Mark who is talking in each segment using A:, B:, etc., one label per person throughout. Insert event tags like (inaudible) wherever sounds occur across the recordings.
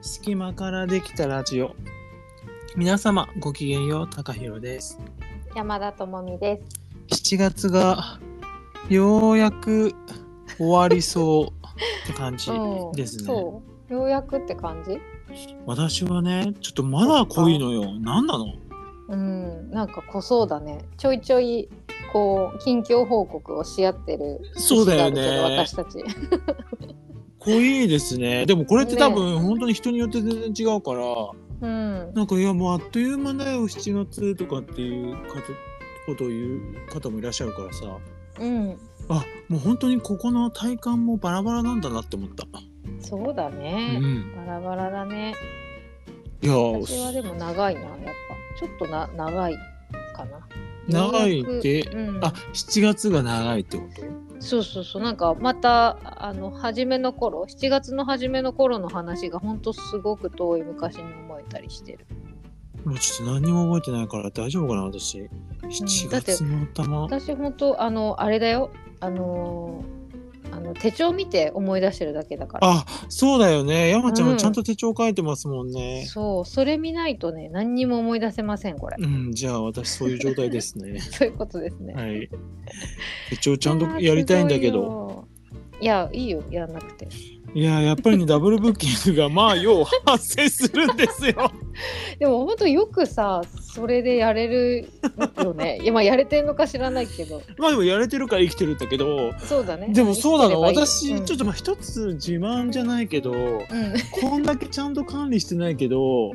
A: 隙間からできたラジオ。皆様、ごきげんよう、たかひろです。
B: 山田智美です。
A: 7月がようやく終わりそうって感 (laughs) じ
B: うん
A: ですね。
B: そう、ようやくって感じ。
A: 私はね、ちょっとまだ濃いのよ。何なの
B: うん、なんか濃そうだね。ちょいちょいこう近況報告をし合ってる
A: そうだよね
B: 節があるけど私たち。
A: 濃いですね。でもこれって多分本当に人によって全然違うから、
B: うん、
A: なんかいやもうあっという間だよ、7月とかっていう方ことを言う方もいらっしゃるからさ。
B: うん、
A: あもう本当にここの体感もバラバラなんだなって思った。
B: そうだ
A: う
B: ね。
A: ん、
B: バラバラだね。
A: いや
B: 私はでも長いな、やっぱ。ちょっとな長いかな。
A: 長いって
B: ようやくうん、
A: あ7月が長いってこと
B: そうそうそうなんかまたあの初めの頃7月の初めの頃の話が本当すごく遠い昔に思えたりしてる、
A: もうちょっと何にも覚えてないから大丈夫かな私。7
B: だって
A: 月の頭。
B: 私本当あのあれだよあのーあの手帳見て思い出してるだけだから
A: あそうだよね山ちゃん
B: う
A: も
B: ん
A: ちゃんと手帳書いてますもんね。
B: そうそれ見ないとね何にも思い出せませんこれ、。
A: うん、じゃあ私そういう状態です (laughs) ね
B: そういうことですね、
A: はい。手帳ちゃんとやりたいんだけど。
B: いやーすごいよいやいいよやらなくて
A: いややっぱりねダブルブッキング (laughs) がまあよう発生するんですよ。
B: でも本当よくさそれでやれる
A: (laughs)
B: よね今やれてんのか知らないけど
A: まあでもやれてるから生きてるんだけど。
B: そうだね
A: でもそうなの
B: 生きてればいい
A: 私
B: よ
A: ちょっとまあ一つ自慢じゃないけど、
B: うんうん
A: こんだけちゃんと管理してないけど、
B: ん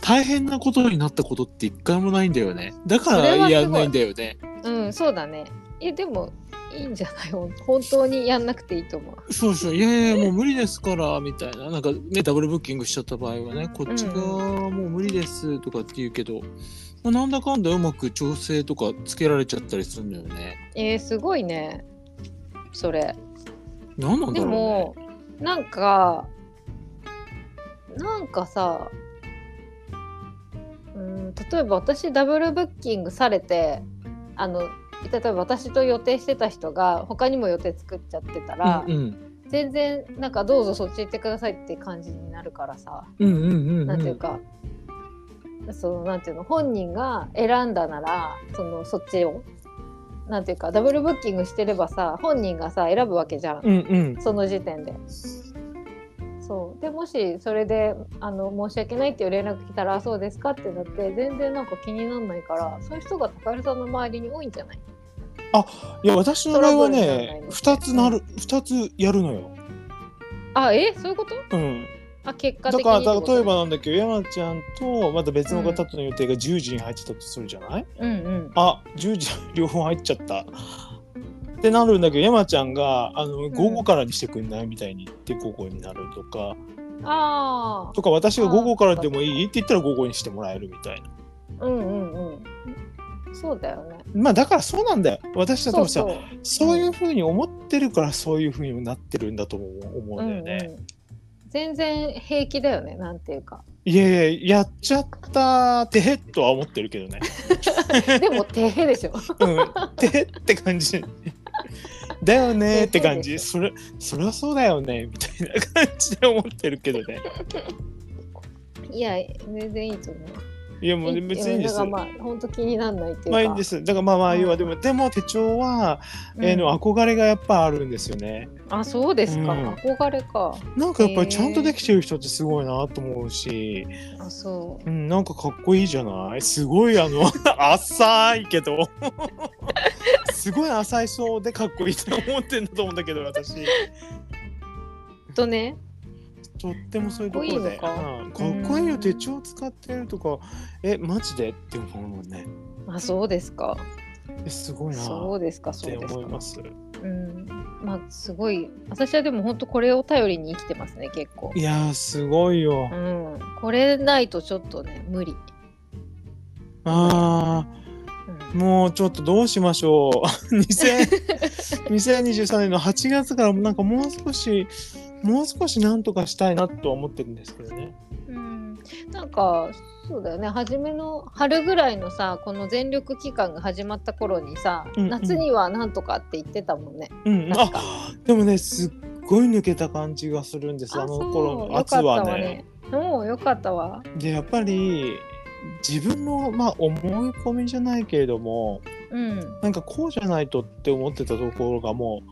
A: 大変なことになったことって一回もないんだよねだか
B: それはす
A: ら
B: ごい
A: やんないんだよね
B: うん、そうだね。え、でも、いいんじゃないほん本当にやんなくていいと思う。
A: そうそういやいやもう無理ですからみたいななんかねダブルブッキングしちゃった場合はねこっちがもう無理ですとかって言うけど、まあなんだかんだうまく調整とかつけられちゃったりするんだよね
B: えー、すごいね。それ。
A: 何なんだ
B: で
A: ろうね
B: も、なんか、なんかさ、うん、例えば私、ダブルブッキングされて、あの、例えば私と予定してた人が他にも予定作っちゃってたら、
A: うん
B: 全然なんかどうぞそっち行ってくださいって感じになるからさ、
A: うんうんうんうん
B: なんていうか、そのなんていうの本人が選んだならそのそっちをなんていうかダブルブッキングしてればさ本人がさ選ぶわけじゃん、
A: うんうん
B: その時点で。そうでもしそれであの申し訳ないっていう連絡来たらあそうですかってなって全然なんか気にならないからそういう人が高橋さんの周りに多いんじゃない
A: いや私の場合は
B: トラブルじゃない
A: ね
B: の
A: 2つなる二つやるのよ、
B: あえそういうこと
A: うん、
B: あ結果
A: だ
B: 的
A: か
B: に
A: ら
B: ってこと
A: 例えばなんだけど山ちゃんとまた別の方との予定が10時に入ってたとするじゃない、
B: うんうん
A: あ10時両方入っちゃったってなるんだけど山ちゃんがあの午後からにしてくんないみたいに言って午後になるとか、
B: あ
A: とか私が午後からでもいいって言ったら午後にしてもらえるみたいな
B: あうんうんうんそうだよね
A: まあだからそうなんだよ私はで
B: そ
A: も
B: う
A: さそ
B: そうう
A: いうふうに思ってるからそういうふうになってるんだとも思うんだよね、
B: うんうん、全然平気だよねなんていうか
A: いやいややっちゃったてへっとは思ってるけど
B: (laughs)
A: ね
B: でもてへ
A: (laughs)
B: でしょ
A: うん、てって感じ。だよねーって感
B: て
A: じ。
B: でし
A: それ、それはそうだよねみたいな感じで思ってるけどね。
B: いや全然いいと思う
A: いや、もう
B: い
A: ね
B: い
A: 別にいいんで
B: だ
A: す
B: から。まあ本当気にならないっていうか、
A: まあいいんですす。だからまあまあ
B: うん
A: 要はでも、でも手帳は、
B: うん
A: えーの憧れがやっぱあるんですよね。
B: あそうですか、
A: うん
B: 憧れか
A: なんかやっぱりちゃんとできてる人ってすごいなと思うし、
B: あそ
A: うん、なんかかっこいいじゃないすごいあ
B: (laughs)
A: の浅いけどすごい浅いそうでかっこいいと思ってんだと思うんだけど私。
B: うとね
A: とってもそういうところで
B: かっこいいのか
A: うんかっこいいよ
B: うん
A: 手帳使ってるとかえマジでって思うもんね
B: あそうですか
A: えすごいな
B: そ
A: っ
B: うですかそう
A: て
B: です
A: 思い
B: か
A: ます
B: うんまあすごい私はでも本当これを頼りに生きてますね結構
A: いやーすごいよ、
B: うんこれないとちょっとね無理、
A: あ
B: うん
A: ーもうちょっとどうしましょう (laughs) 2000
B: (laughs)
A: 2023年の8月からなんかもう少しもう少しなんとかしたいなとは思ってるんですけどね
B: うんなんかそうだよね初めの春ぐらいのさこの全力期間が始まった頃にさ、
A: うんうん
B: 夏にはなんとかって言ってたもんね。
A: うん
B: なんか
A: あでもねすっごい抜けた感じがするんですあの頃の
B: よか
A: 圧
B: った
A: はね
B: わね。もうよかったわ。
A: でやっぱり自分の、まあ、思い込みじゃないけれども
B: うん。
A: なんかこうじゃないとって思ってたところがも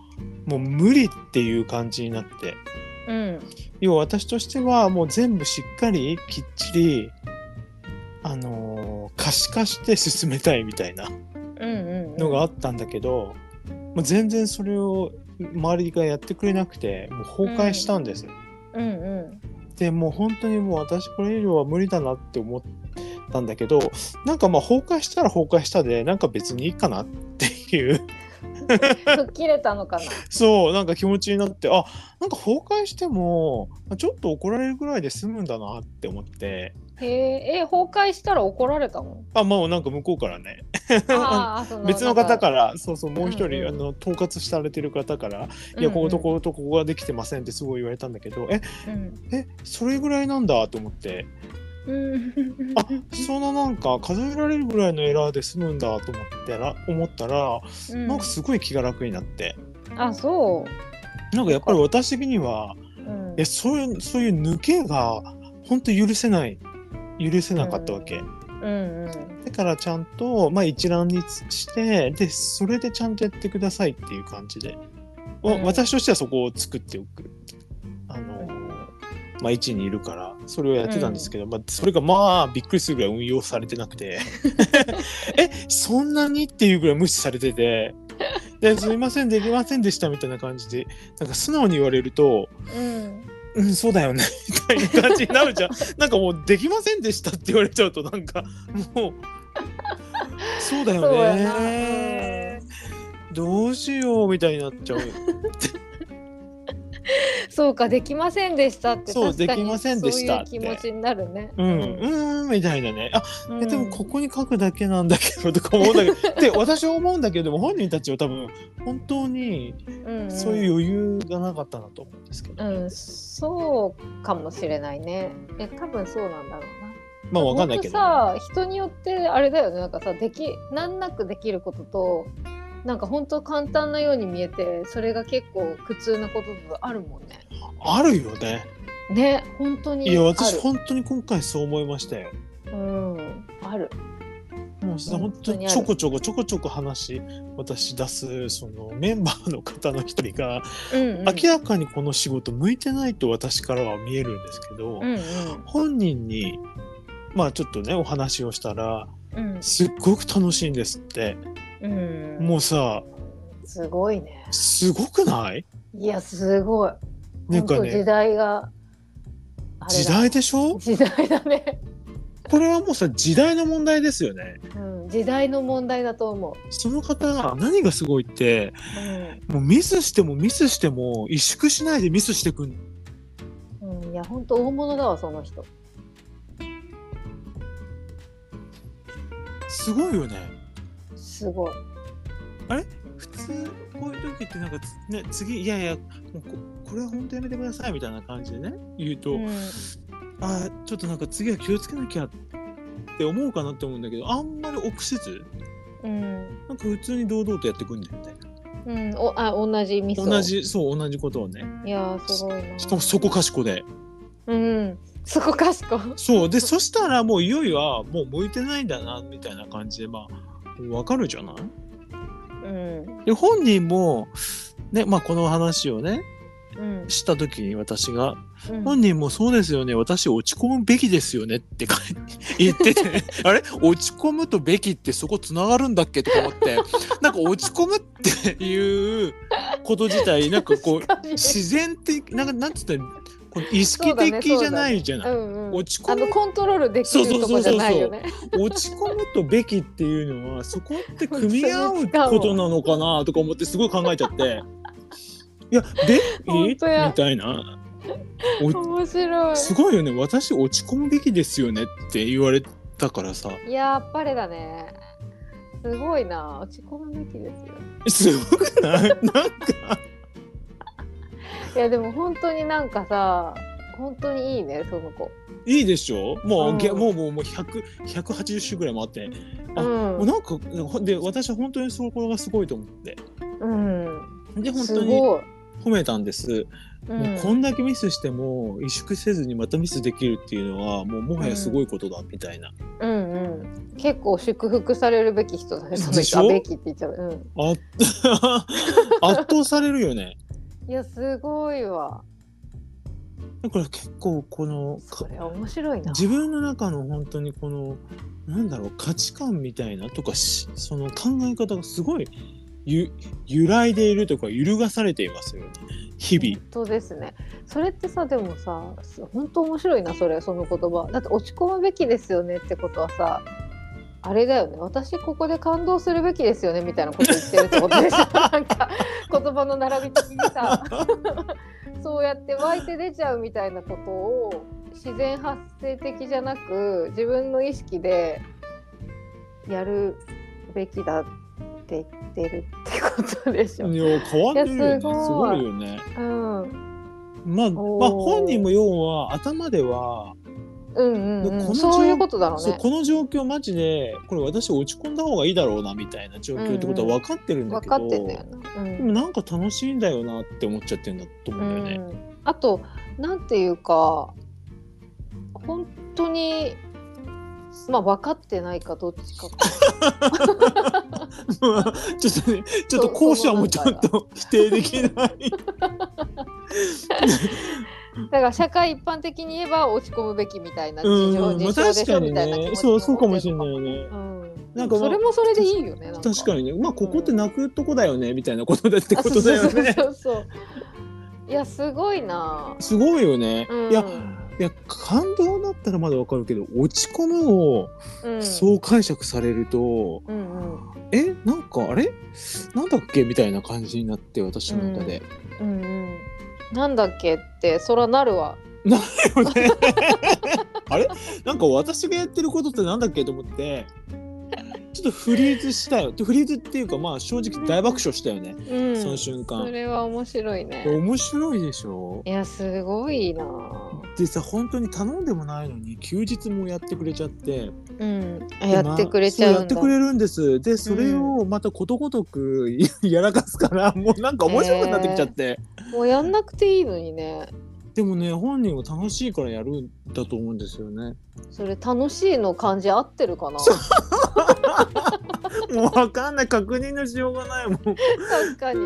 A: うもう無理っていう感じになって
B: うん。
A: 要は私としてはもう全部しっかりきっちりあのー可視化して進めたいみたいな
B: うんうん。
A: のがあったんだけど、もう全然それを周りがやってくれなくてもう崩壊したんです。
B: うんうん。
A: でもう本当にもう私これ以上は無理だなって思ったんだけどなんかまあ崩壊したら崩壊したでなんか別にいいかなっていう (laughs)
B: 吹っ切れたのかな。 (laughs)
A: そうなんか気持ちになってあなんか崩壊してもちょっと怒られるぐらいで済むんだなって思って
B: へえ、え、崩壊したら怒られた
A: (laughs)
B: の。
A: あもうなんか向こうからね
B: ああ、その。。
A: 別の方かららそうそうもう一人、
B: うんうん
A: あの統括されてる方から「いやこことこことここができてません」ってすごい言われたんだけど、え
B: うん。
A: えそれぐらいなんだと思って
B: うん。
A: あそんななんか数えられるぐらいのエラーで済むんだと思ったら思ったら
B: うん
A: なんかすごい気が楽になって
B: あ、そ
A: なんかやっぱり私的には
B: う。う
A: い
B: ん
A: やそういうそういう抜けが本当許せない許せなかったわけ、
B: うんうん。
A: だからちゃんと、まあ、一覧にしてでそれでちゃんとやってくださいっていう感じで、わ
B: うん
A: 私としてはそこを作っておくあのまあ位置にいるからそれをやってたんですけど、まあ、それがまあびっくりするぐらい運用されてなく
B: (laughs)
A: てえそんなにっていうぐらい無視されててですいませんできませんでしたみたいな感じでなんか素直に言われると
B: うん。
A: うんそうだよねみたいな感じになるじ
B: (laughs)
A: ゃんなんかもうできませんでしたって言われちゃうとなんかもうそうだ
B: そう
A: よ
B: や
A: ね
B: な。
A: どうしようみたいになっちゃう
B: そうか、できませんでしたって。
A: そう
B: 確かに
A: できませんでしたって
B: そういう気持ちになるね。
A: うんうーんみたいなねあ
B: うん。
A: えでもここに書くだけなんだけどとか思うんだけ
B: (laughs)
A: どで私は思うんだけども本人たちは多分本当に
B: うんん
A: そういう余裕がなかったなと思うんですけど、
B: うん、そうかもしれないね。え、多分そうなんだろうな。
A: まあわかんないけど
B: 本当さ、人によってあれだよね。なんかさ、でき、難なくできることと。なんか本当簡単なように見えて、それが結構苦痛なこととかあるもんね。
A: あるよね
B: ね、本当にあ
A: いや
B: る。
A: 私本当に今回そう思いましたよ
B: うん、ある。
A: もうさ
B: 本
A: 本
B: 当
A: 当
B: に
A: に
B: ある
A: ちょこちょこちょこちょこ話私出すそのメンバーの方の一人が、
B: うん、うん。
A: 明らかにこの仕事向いてないと私からは見えるんですけど、
B: うん、うん、
A: 本人にまあちょっとねお話をしたら
B: うん、
A: すっごく楽しいんですって
B: うん。
A: もうさ
B: すごいね。
A: すごくない
B: いや、すごい。
A: なんか
B: 本当時
A: ね
B: 代が。あれだ
A: 時代でしょ
B: 時代だね、
A: これはもうさ時代の問題ですよね
B: うん、時代の問題だと思う、
A: その方が何がすごいって
B: う
A: もうミスしてもミスしても萎縮しないでミスしてくん
B: んうん、いや本当大物だわその人
A: すごいよね
B: すごい
A: 普通こういう時ってなんかつね次いやいやもうここれは本当やめてくださいみたいな感じでね言うと、
B: うん
A: あーちょっとなんか次は気をつけなきゃって思うかなって思うんだけどあんまり臆せず
B: うん、
A: なんか普通に堂々とやってくんだよね
B: うん、おあ同じミスを
A: 同じそう同じことをね
B: いやーすごいな
A: しかもそこかしこで
B: うんそこかしこ
A: そうでそしたらもういよいよあもう向いてないんだなみたいな感じでまあわかるじゃない
B: うん
A: で本人もねまあこの話をね
B: うん
A: した時に私が
B: うん
A: 本人もそうですよね私落ち込むべきですよねって書い (laughs) 言っててあれ落ち込むとべきってそこつながるんだっけとか思ってなんか落ち込むっていうこと自体なんかこう
B: 確かに
A: 自然的なんかなんつったらこの意
B: そ
A: 識
B: うだね
A: 的じゃないじゃな
B: う
A: い、
B: んうん、
A: 落ち込む
B: あのコントロールできるとこじゃないよね
A: 落ち込むとべきっていうのはそこって組み合うことなのかなとか思ってすごい考えちゃ
B: (laughs)
A: っていやべ
B: 本
A: き
B: 当や
A: みたいな。お
B: 面白い
A: すごいよね私落ち込むべきですよねって言われたからさ
B: いやーあっぱれだねすごいな落ち込むべきですよ
A: すごく (laughs) ないなんか
B: いやでも本当になんかさ本当にいいねその子
A: いいでしょもう,、げ
B: うん
A: もうもうもう100 180種ぐらいもあってあ
B: う
A: も
B: ん
A: うなんかで私は本当にそこがすごいと思って
B: うん
A: で本
B: す
A: 当に
B: ごい
A: 褒めたんです、
B: うん
A: もうこんだけミスしても萎縮せずにまたミスできるっていうのはもうもはやすごいことだみたいな、
B: うんうん、結構祝福されるべき人だね。その
A: でしょ
B: 人あべきって言っちゃう。うん、
A: あっ (laughs) 圧倒されるよね
B: いやすごいわ。
A: だから結構このか
B: それは面白いな。
A: 自分の中の本当にこのなんだろう価値観みたいなとかしその考え方がすごいゆ揺らいでいるとか揺るがされていますよね日々。
B: 本当ですね。それってさでもさす本当面白いなそれその言葉。だって落ち込むべきですよねってことはさ。あれだよね私ここで感動するべきですよねみたいなこと言ってるってことでしょなんか言葉の並び的にさそうやって湧いて出ちゃうみたいなことを自然発生的じゃなく自分の意識でやるべきだって言ってるってことでしょ。
A: いや変わってるよね
B: いやす
A: す
B: ごい
A: ごいよね。
B: うん、うん
A: まあ、ま
B: おー
A: あ、本人も要は頭では、
B: うん
A: で
B: う
A: この状
B: ん、そういうことだろう
A: そう
B: ね。
A: この状況マジでこれ私落ち込んだ方がいいだろうなみたいな状況ってことは分かってるんだ
B: 分
A: け
B: か
A: ど、
B: ってんだよな。う
A: で
B: ん
A: もなんか楽しいんだよなって思っちゃってるんだと思うんだよね。
B: うんあとなんていうか本当にまあ分かってないかどっ
A: (laughs)
B: ちかか
A: ちょっとね、ちょっと後者もちょっと否定できない。
B: だから社会一般的に言えば落ち込むべきみたいな
A: う
B: 事
A: ん
B: 情、
A: まあ
B: 事象で
A: 確
B: し
A: か
B: ょ
A: に
B: みたいな気持
A: ね、
B: ち
A: そうそうかもしれ
B: 持
A: ないよ
B: って
A: ね
B: る。のうん、
A: な
B: なんん
A: かま
B: か
A: あ
B: それもそれでいいよねなん
A: 確かにね、まあここって泣くとこだよねみたいなことだって
B: あ
A: こ
B: そう
A: とだよ
B: そう
A: ね。
B: そうそういやすごいな
A: すごいよね。
B: うん
A: いやいや感動だったらまだわかるけど落ち込むを
B: うん
A: そう解釈されると、
B: うんうん
A: えなんかあれなんだっけみたいな感じになって私の中で。
B: うんうんなんだっけってそらなるわ
A: よね (laughs) あれなんか私がやってることってなんだっけと思ってちょっとフリーズしたよフリーズっていうかまあ正直大爆笑したよね、
B: うん
A: その瞬
B: そ
A: 間
B: れは面白いね
A: 面白いでしょ
B: いやすごいな
A: でさ本当に頼んでもないのに休日もやってくれちゃって
B: うんあ
A: で
B: や
A: まあ
B: ってくれちゃうんだ
A: そやってくれるんですでそれをまたことごとく (laughs) やらかすからもうなんか面白くなってきちゃって、
B: もうやんなくていいのにね
A: でもね本人は楽しいからやるんだと思うんですよね
B: それ楽しいの感じ合ってるかな
A: もうわかんない確認のしようがないもん
B: 確かに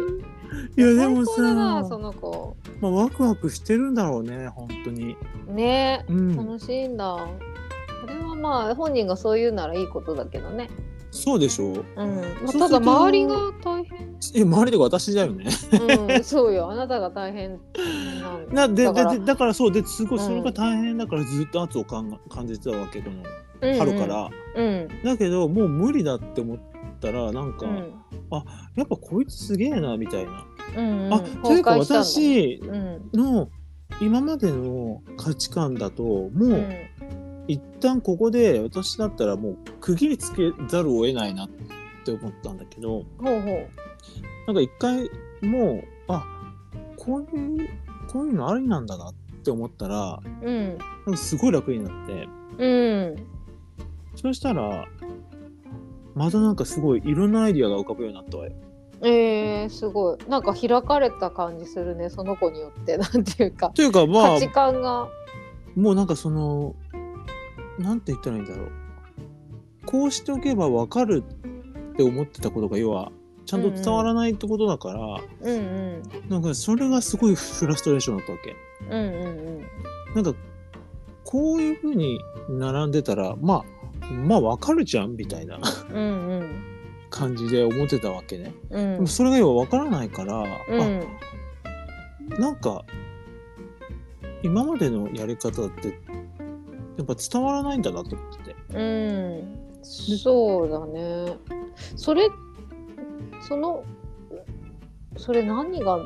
A: いやでも
B: 最高だな
A: さ
B: その子
A: まあ、ワクワクしてるんだろうね本当に、
B: ね
A: うん、
B: 楽しいんだこれはまあ本人がそう言うならいいことだけどね、
A: そうでしょう
B: うんま
A: そう
B: あ、た
A: すると
B: だ周りが大
A: え周りとか私だよね (laughs)
B: 変、うん、そうよあなたが大変なん
A: な
B: だ
A: で
B: だ
A: だ
B: か
A: かららだからそうですごい
B: うん
A: それが大変だからずっと圧をかん感じてたわけこの
B: うんうん
A: 春から、
B: うん
A: だけどもう無理だって思ったらなんか、
B: うん
A: やっぱこいつすげえなみたいな、
B: うんうん
A: あというか
B: 崩壊したんだ
A: 私
B: うん
A: の今までの価値観だとも
B: う
A: うん一旦ここで私だったらもう区切りつけざるを得ないなって思ったんだけど、
B: ほうほう
A: なんか一回もうあこういうこういうのありなんだなって思ったら
B: うん
A: なんかすごい楽になって
B: うん
A: そうしたらまたなんかすごいいろんなアイディアが浮かぶようになったわよ。
B: えー、すごいなんか開かれた感じするねその子によって (laughs) なんていうか
A: というかまあ
B: 価値観が
A: もうなんかそのなんて言ったらいいんだろうこうしておけばわかるって思ってたことが要はちゃんと伝わらないってことだから、
B: うんうん
A: なんかそれがすごいフラストレーションだったわけ。
B: うんうん
A: なんかこういうふうに並んでたらまあまあわかるじゃんみたいな
B: うんうん
A: 感じで思ってたわけね。
B: うん
A: で
B: う
A: も
B: ん
A: それが今わからないから、
B: うん
A: あなんか今までのやり方ってやっぱ伝わらないんだなと思ってて。
B: うんそうだねそれそのそれ何が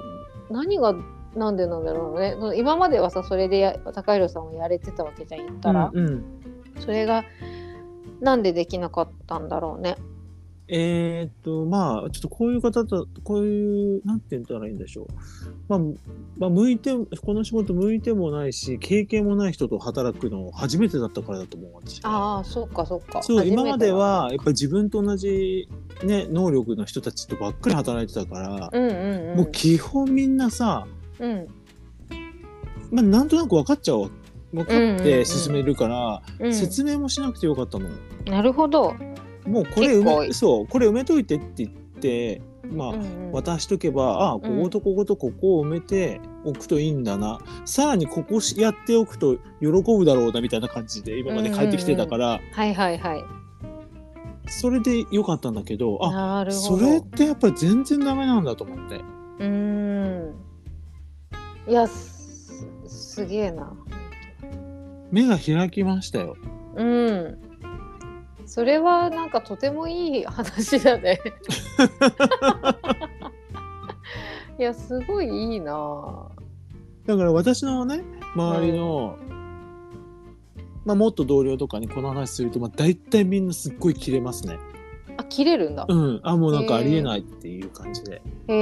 B: 何がなんでなんだろうねその今まではさそれでや高弘さんをやれてたわけじゃん言ったら、
A: うんうん
B: それがなんでできなかったんだろうね
A: えーっと、まあ、ちょっとこういう方と、こういう、なんて言ったらいいんでしょう。まあ、まあ、向いて、この仕事向いてもないし、経験もない人と働くの初めてだったからだと思う、私。
B: ああそうかそうか
A: そう、
B: 初めて
A: 今までは、やっぱり自分と同じ、ね、能力の人たちとばっかり働いてたから、
B: うんうんうん
A: もう基本みんなさ、
B: うん
A: まあ、なんとなく分かっちゃうわ。分かっ
B: うんうんう
A: て
B: ん
A: 進めるから、
B: うん
A: 説明もしなくてよかったの。
B: なるほど、
A: もうこれ
B: 結構
A: 埋め、そう、これ埋めといてって言って、まあ、
B: うんうん
A: 渡しとけばあこことこことここを埋めておくといいんだな、さらにここやっておくと喜ぶだろうなみたいな感じで今まで帰ってきてたから、
B: はいはいはい
A: それでよかったんだけどあ
B: なるほ
A: そ
B: ど
A: れってやっぱり全然ダメなんだと思って
B: うーんいやすすげえな
A: 目が開きましたよ。
B: うんそれはなんかとてもいい話
A: (laughs)
B: だねいやすごいいいな
A: だから私のね周りの、まあ、もっと同僚とかにこの話すると、まあ、大体みんなすっごい切れますね。
B: あ切れるんだ
A: うん、あもうなんかありえないっていう感じで。
B: へ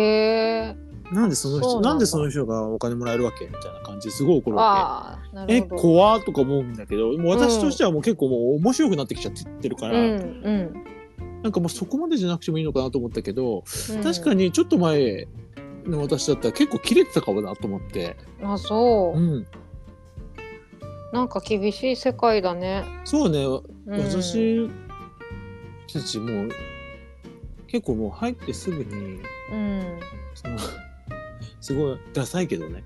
B: え
A: なんでその
B: そ
A: 人
B: うなんだ
A: なんでその人がお金もらえるわけみたいな感じですごい怒るわけ。
B: ああな
A: え
B: るほど
A: 怖ーとか思うんだけどもう私としてはもう結構もう面白くなってきちゃってるか
B: うん
A: ら、
B: うん
A: なんかもうそこまでじゃなくてもいいのかなと思ったけど、
B: うん
A: 確かにちょっと前の私だったら結構切れてたかもなと思って、、
B: あそううんなんか厳しい世界だね、
A: そうね、
B: うん、
A: 私たちもう結構もう入ってすぐに
B: うん
A: その (laughs) すごいダサいけどね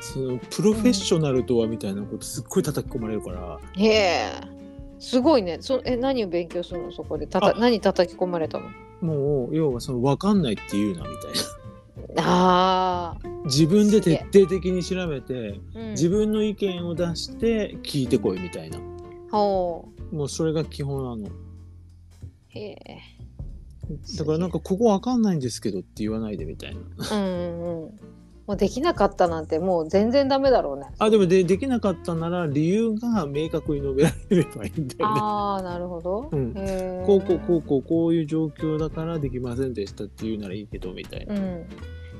A: そのプロフェッショナルとはみたいなことすっごい叩き込まれるから、
B: へえすごいねそえ何を勉強するのそこでたた
A: あ
B: 何叩き込まれたの
A: もう要はその分かんないって言うなみたいな。
B: ああ、
A: 自分です
B: げ
A: 徹
B: え
A: 底的に調べて
B: うん、
A: 自分の意見を出して聞いてこいみたいな
B: ほう
A: もうそれが基本なの
B: へえ
A: だからなんかここわかんないんですけどって言わないでみたいな
B: うんうんうんもうできなかったなんてもう全然ダメだろうね
A: あでもでできなかったなら理由が明確に述べられればいいんだよね
B: ああなるほど、
A: うん
B: へえ
A: こうこうこうこうこういう状況だからできませんでしたっていうならいいけどみたいな
B: うん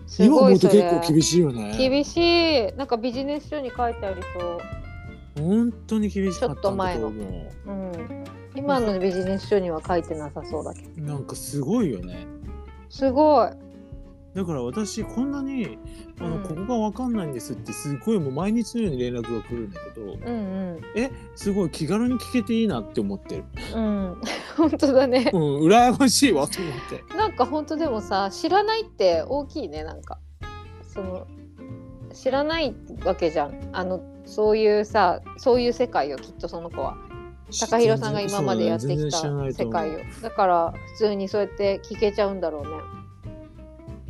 B: す
A: 今
B: ご
A: 思
B: いう
A: と
B: そ
A: 結
B: れ
A: 構厳しいよね
B: 厳しいなんかビジネス書に書いてありそう
A: 本当に厳しかったんだと思う
B: うん、今のビジネス書には書いてなさそうだけど
A: なんかすごいよね
B: すごい
A: だから私こんなにあの、
B: うん
A: ここが分かんないんですってすごいもう毎日のように連絡が来るんだけど
B: うん
A: えすごい気軽に聞けていいなって思ってる、
B: うん (laughs) うん本当だね
A: うん、羨ましいわと思って
B: なんか本当でもさ知らないって大きいねなんかその知らないわけじゃんあのそういうさそういう世界をきっとその子は高弘さんが今までやってきた世界を
A: よ
B: だから普通にそうやって聞けちゃうんだろ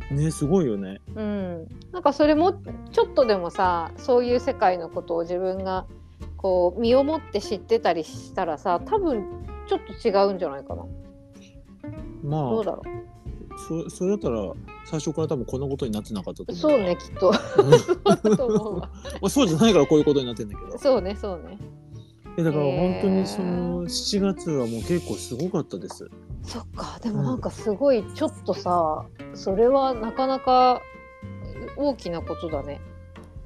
B: うね
A: ねすごいよね
B: うん、なんかそれもちょっとでもさそういう世界のことを自分がこう身をもって知ってたりしたらさ多分ちょっと違うんじゃないかな
A: ま
B: どう
A: あ
B: だろ
A: そそれだったら最初から多分こんなことになってなかったと思
B: う
A: う
B: そうねきっと
A: うん
B: そうだと思うわ
A: まあそうじゃないからこういうことになってんだけど
B: そうねそうね
A: えだから
B: へ
A: 本
B: ー
A: 当にその7月はもう結構すごかったです
B: そっかでもなんかすごいちょっとさそれはなかなか大きなことだね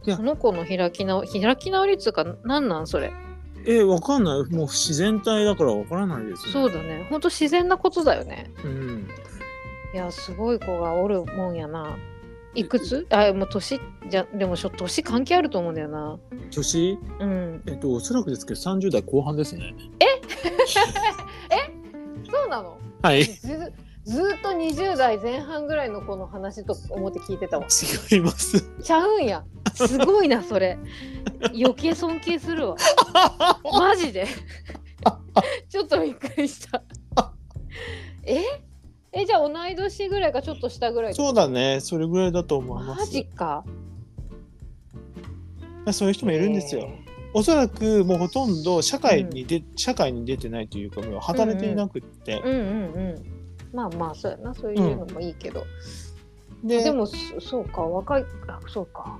A: いや
B: その子の開き直開き直りっつうかなんなんそれ
A: えわかんないもう自然体だからわからないですね
B: そうだねほんと自然なことだよね
A: うん
B: いやすごい子がおるもんやな。いくつあもう年じゃでもしょ年関係あると思うんだよな。
A: 年
B: うん。
A: えっと、おそらくですけど、30代後半ですね。
B: そうなの
A: はい。違
B: ずずーっと20代前半ぐらいの子の話と思って聞いてたわ。
A: います。
B: ちゃうんや。すごいなそれ。余計尊敬するわ。マジで。ちょっとびっくりした。ええじゃあ同い年ぐらいかちょっと下ぐらい
A: そうだね。それぐらいだと思いま
B: マ
A: す。
B: ジか。
A: そういう人もいるんですよ。おそらく、もうほとんど社会にで、社会に出てないというか、もう働いていなくって
B: う。んうんうん。まあまあそうやなそういうのもいいけど。
A: で
B: でもそそうか若いあそうか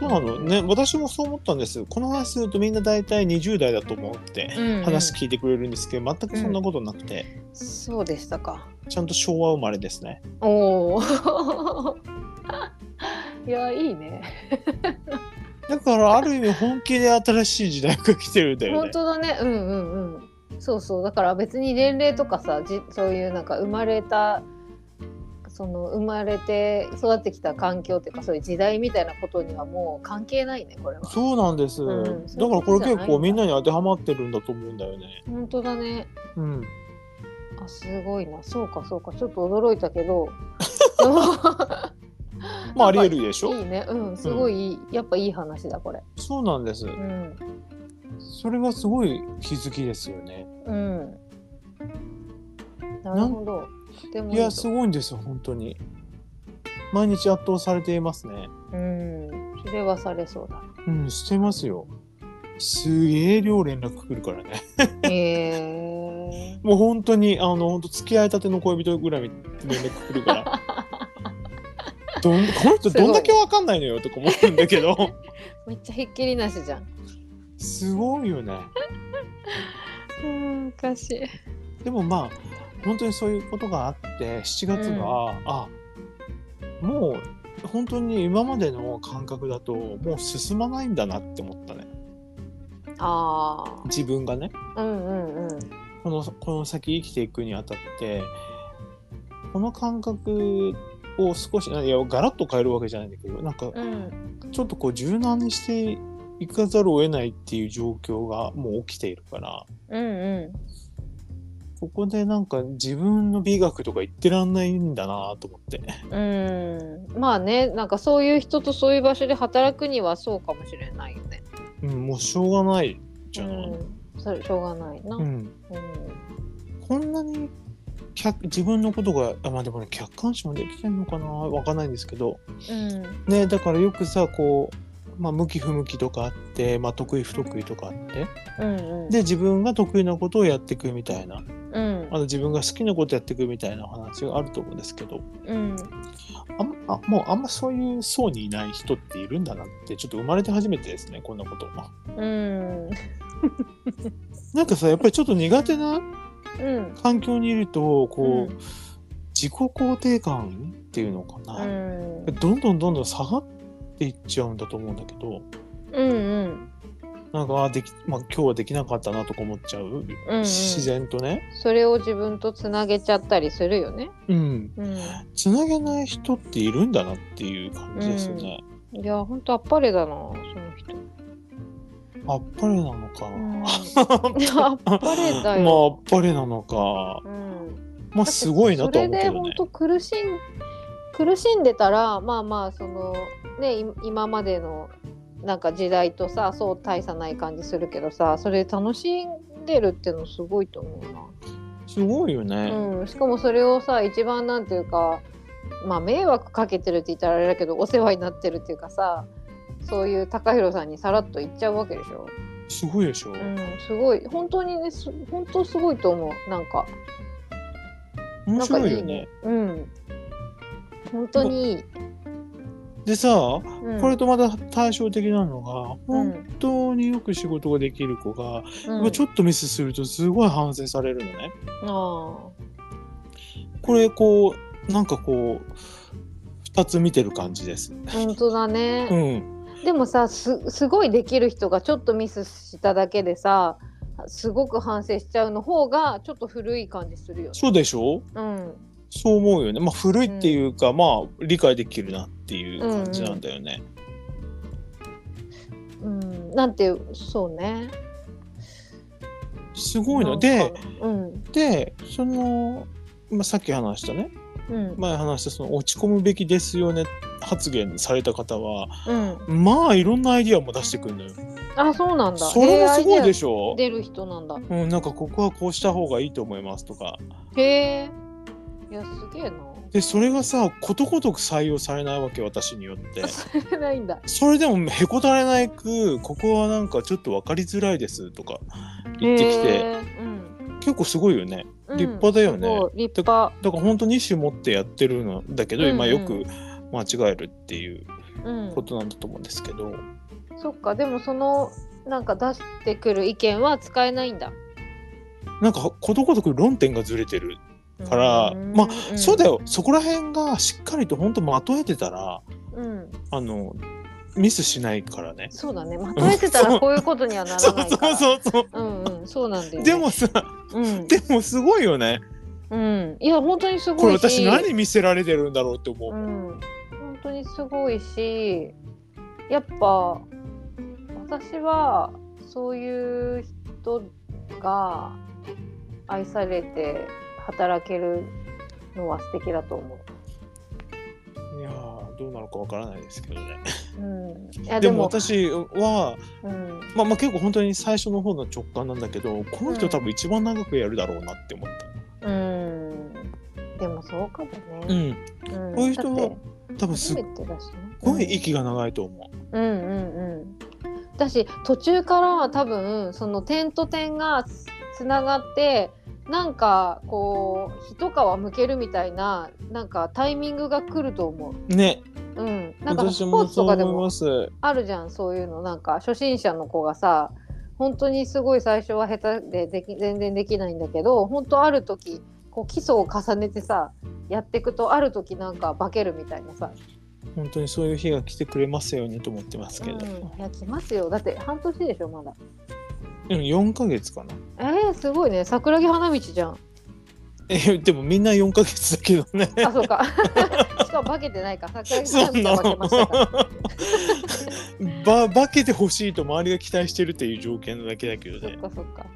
A: そうなのね私もそう思ったんですこの話するとみんな大体20代だと思って
B: うんうん
A: 話聞いてくれるんですけど全くそんなことなくて、
B: そうでしたか。
A: ちゃんと昭和生まれですね
B: おお。 (laughs) いやいいね。
A: だからある意味本気で新しい時代が来てるんだよ
B: 本
A: ね
B: 当だね。うんうんうん。そうそうだから別に年齢とかさじそういうなんか生まれたその生まれて育ってきた環境っていうかそういう時代みたいなことにはもう関係ないねこれは。
A: そうなんです、
B: うん
A: だからこれ結構みんなに
B: そ
A: 当てはまってるんだと思うんだよね
B: 本当だね。
A: うん
B: あすごいな。そうかそうかちょっと驚いたけ
A: (laughs)
B: ど。でも
A: まあありえるでしょ
B: いいね。うんすごいいい、やっぱいい話だこれ。
A: そうなんです
B: うん。
A: それはすごい気づきですよね
B: うん。なるほど。でも
A: いやすごいんですよ本当に毎日圧倒されていますね
B: うん。それはされそうだ。
A: うんしてますよすげえ量連絡来るからね
B: ええ
A: もう本当にあの本当付き合いたての恋人ぐらいに連絡来るから
B: (laughs)
A: どんこの人どんだけわかんないのよとか思うんだけど
B: めっちゃひっきりなしじゃん。
A: すごいよね
B: うん、おかしい。
A: でもまあ本当にそういうことがあって7月が、
B: うん
A: あもう本当に今までの感覚だともう進まないんだなって思ったね
B: あ
A: 自分がね
B: あ。うんうんうん。
A: このこの先生きていくにあたってこの感覚を少しいやガラッと変えるわけじゃないんだけどなんか
B: うん。
A: ちょっとこう柔軟にしていかざるを得ないっていう状況がもう起きているから
B: うんうん。
A: ここでなんか自分の美学とか言ってらんないんだなと思って。 (laughs)
B: うん、まあねなんかそういう人とそういう場所で働くにはそうかもしれないよね。
A: うん、もうしょうがないじゃ。
B: うんん、それしょうがないな。
A: う
B: うん
A: ん、こんなに客自分のことがあまあでもね客観視もできてんのかなわかんないんですけど
B: うん
A: ねだからよくさこう、まあ、向き不向きとかあって、まあ、得意不得意とかあって
B: うんうん
A: で自分が得意なことをやっていくみたいな
B: うん
A: あと自分が好きなことやっていくみたいな話があると思うんですけど
B: うん
A: あんあもうあんまそういう層にいない人っているんだなってちょっと生まれて初めてですねこんなこと
B: うん
A: なんかさやっぱりちょっと苦手な
B: うん
A: 環境にいるとこう、
B: うん
A: 自己肯定感っていうのか
B: う
A: な、
B: ん
A: どんどんどんどん下がっていっちゃうんだと思うんだけど
B: うんうん
A: なんかあでき、まあ、今日はできなかったなとか思っちゃう、
B: うんうん
A: 自然とね、
B: それを自分とつなげちゃったりするよね。
A: うん、
B: うん、
A: つなげない人っているんだなっていう感じですよね、
B: いや本当あっぱれだなその人。
A: あっぱれなのか、
B: うん、あっぱれだ
A: まああ
B: よ。
A: っぱれなのか
B: うん、
A: まあすごいなとは
B: そ
A: 思う
B: れ
A: け
B: で
A: ど
B: 本
A: ね
B: 当苦しん苦しんでたらまあまあそのねい今までのなんか時代とさそう大差ない感じするけどさそれ楽しんでるってのすごいと思うな。
A: すごいよね、
B: うん、しかもそれをさ一番なんていうかまあ迷惑かけてるって言ったらあれだけどお世話になってるっていうかさそういう高弘さんにさらっと言っちゃうわけでしょ、
A: すごいでしょ、
B: うん、すごい本当にねす本当すごいと思うなんか
A: 面
B: なんか
A: 白い
B: いい
A: よね
B: ねうん本当にいい、
A: でさ
B: うん、
A: これとまた対照的なのが、
B: う
A: 本
B: ん、
A: 当によく仕事ができる子が、
B: うん、
A: ちょっとミスするとすごい反省されるのね。
B: あ
A: これこうなんかこう2つ見てる感じです。
B: あ本当だね、
A: うん、
B: でもさすすごいできる人がちょっとミスしただけでさすごく反省しちゃうの方がちょっと古い感じするよね。
A: そうでしょ
B: うん
A: そう思うよね。まあ古いっていうか、まあ理解できるなっていう感じなんだよね。
B: うん、なんていうそうね。
A: すごいの
B: なん
A: で
B: かなうん
A: でその、まあ、さっき話したね
B: うん
A: 前話したその落ち込むべきですよね発言された方は
B: うん。
A: まあいろんなアイディアも出してくるのよ。
B: あそうなんだ。
A: それもすごいで
B: し
A: しょ
B: 出る人なんだ。
A: うん、なんかここはこうした方がいいと思いますとか
B: へえ。いやすげえな。
A: でそれがさことごとく採用されないわけ私によ
B: (laughs)
A: って
B: それないんだ。
A: それでもへこたれないくここはなんかちょっと分かりづらいですとか言ってきて
B: へえ。うん。
A: 結構すごいよね
B: うん
A: 立派だよね
B: すごい立派。
A: だから本当に意思持ってやってるんだけど、
B: うんうん
A: 今よく間違えるっていう
B: うん
A: ことなんだと思うんですけど、
B: そっかでもそのなんか出してくる意見は使えないんだ
A: なんかことごとく論点がずれてるからまあそうだ
B: よ、
A: よそこら辺がしっかりと本当まとえてたら
B: うん、
A: あのミスしないから
B: (laughs)
A: ね。
B: そうだねまとめてたらこういうことにはな
A: そ
B: ら
A: う
B: な
A: (laughs)
B: い
A: そ
B: か
A: う
B: ら
A: そうそう
B: うんうんそうなんだよ、ね、
A: でもさ
B: うん、
A: でもすごいよね
B: うん、いや本当にす
A: こ
B: ご
A: れ
B: いし
A: 私何見せられてるんだろうって思う、
B: うん、本当にすごいしやっぱ私はそういう人が愛されて働けるのは素敵だと思
A: いやーどうなのかわからないですけどね
B: う。うん、いや
A: でも私は、
B: うん、
A: まあ、まあ結構本当に最初の方の直感なんだけどこの人多分一番長くやるだろうなって思っ
B: うん、でもそうかも
A: た、うん、
B: ね。うん
A: こういう人は
B: だって
A: 多分す
B: 初
A: っ
B: めてだしね。
A: ごい息が長いと思う、
B: うんうんうん。だし途中から多分その点と点がつつながってなんかこう一皮向けるみたいななんかタイミングが来ると思う。
A: ね
B: うん、なんか
A: 私
B: スポー
A: も
B: ツ
A: そ
B: と
A: う
B: かで
A: 思い
B: も
A: ます
B: あるじゃんそういうのなんか初心者の子がさ本当にすごい最初は下手ででき全然できないんだけど本当ある時こう基礎を重ねてさやっていくとある時なんか化けるみたいなさ
A: 本当にそういう日が来てくれますようにと思ってますけど、
B: うん、いや来ますよだって半年でしょまだ
A: でも4ヶ月かな
B: えー、すごいね桜木花道じゃん
A: えでもみんな4ヶ月だけどね
B: あそうか (laughs) しかも化けてないか桜木
A: そ
B: 花
A: ん
B: 道
A: な
B: は化けましたから
A: (laughs) ば化けてほしいと周りが期待してるっていう条件なだけだけど
B: そっ
A: ね
B: かそっか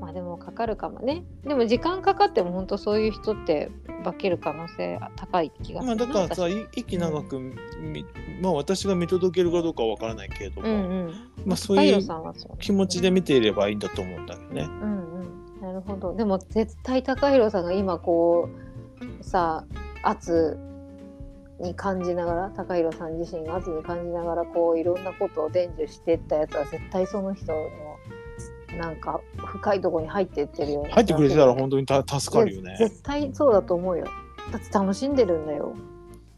B: まあでもかかるかもねでも時間かかっても本当そういう人って化ける可能性高い気がす
A: まあ
B: るな
A: だからさ
B: 私
A: い息長く、みまあ私が見届けるかどうかはわからないけれども、
B: うんうん
A: まあそうい
B: 太陽
A: う
B: さんはそう
A: 気持ちで見ていればいいんだと思うんだけどね。
B: うんうんなるほどでも絶対高弘さんが今こうさ圧に感じながら高弘さん自身が圧に感じながらこういろんなことを伝授してったやつは絶対その人のなんか深いところに入ってってるような
A: 入ってくれてたら本当にた助かるよ
B: い
A: ね
B: や。絶対そうだと思うよだって楽しんでるんだよ、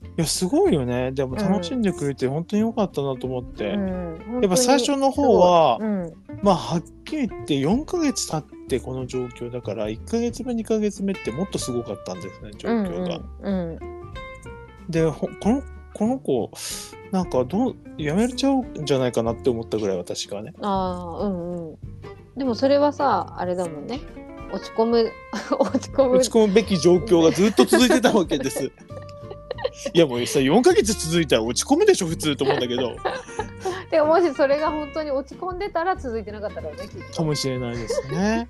A: いやすごいよね。でも楽しんでくれて本当に良かったなと思って。
B: うん、
A: やっぱ最初の方
B: 本
A: は、
B: 当にす
A: まあはっきり言って4ヶ月経ってこの状況だから1ヶ月目2ヶ月目ってもっとすごかったんですね状
B: ごい、うん、
A: 況が。
B: うんうん
A: でほこのこの子なんかどうやめちゃうんじゃないかなって思ったぐらい私がね。
B: うん、ああうんうんでもそれはさあれだもんね落ち込む (laughs) 落ち込む
A: 打ち込むべき状況がずっと続いてたわけ
B: (laughs)
A: です。いやもうさ4ヶ月続いたら落ち込むでしょ普通と思うんだけど。
B: でももしそれが本当に落ち込んでたら続いてなかっただろうねきっ
A: か
B: と
A: もしれないですね。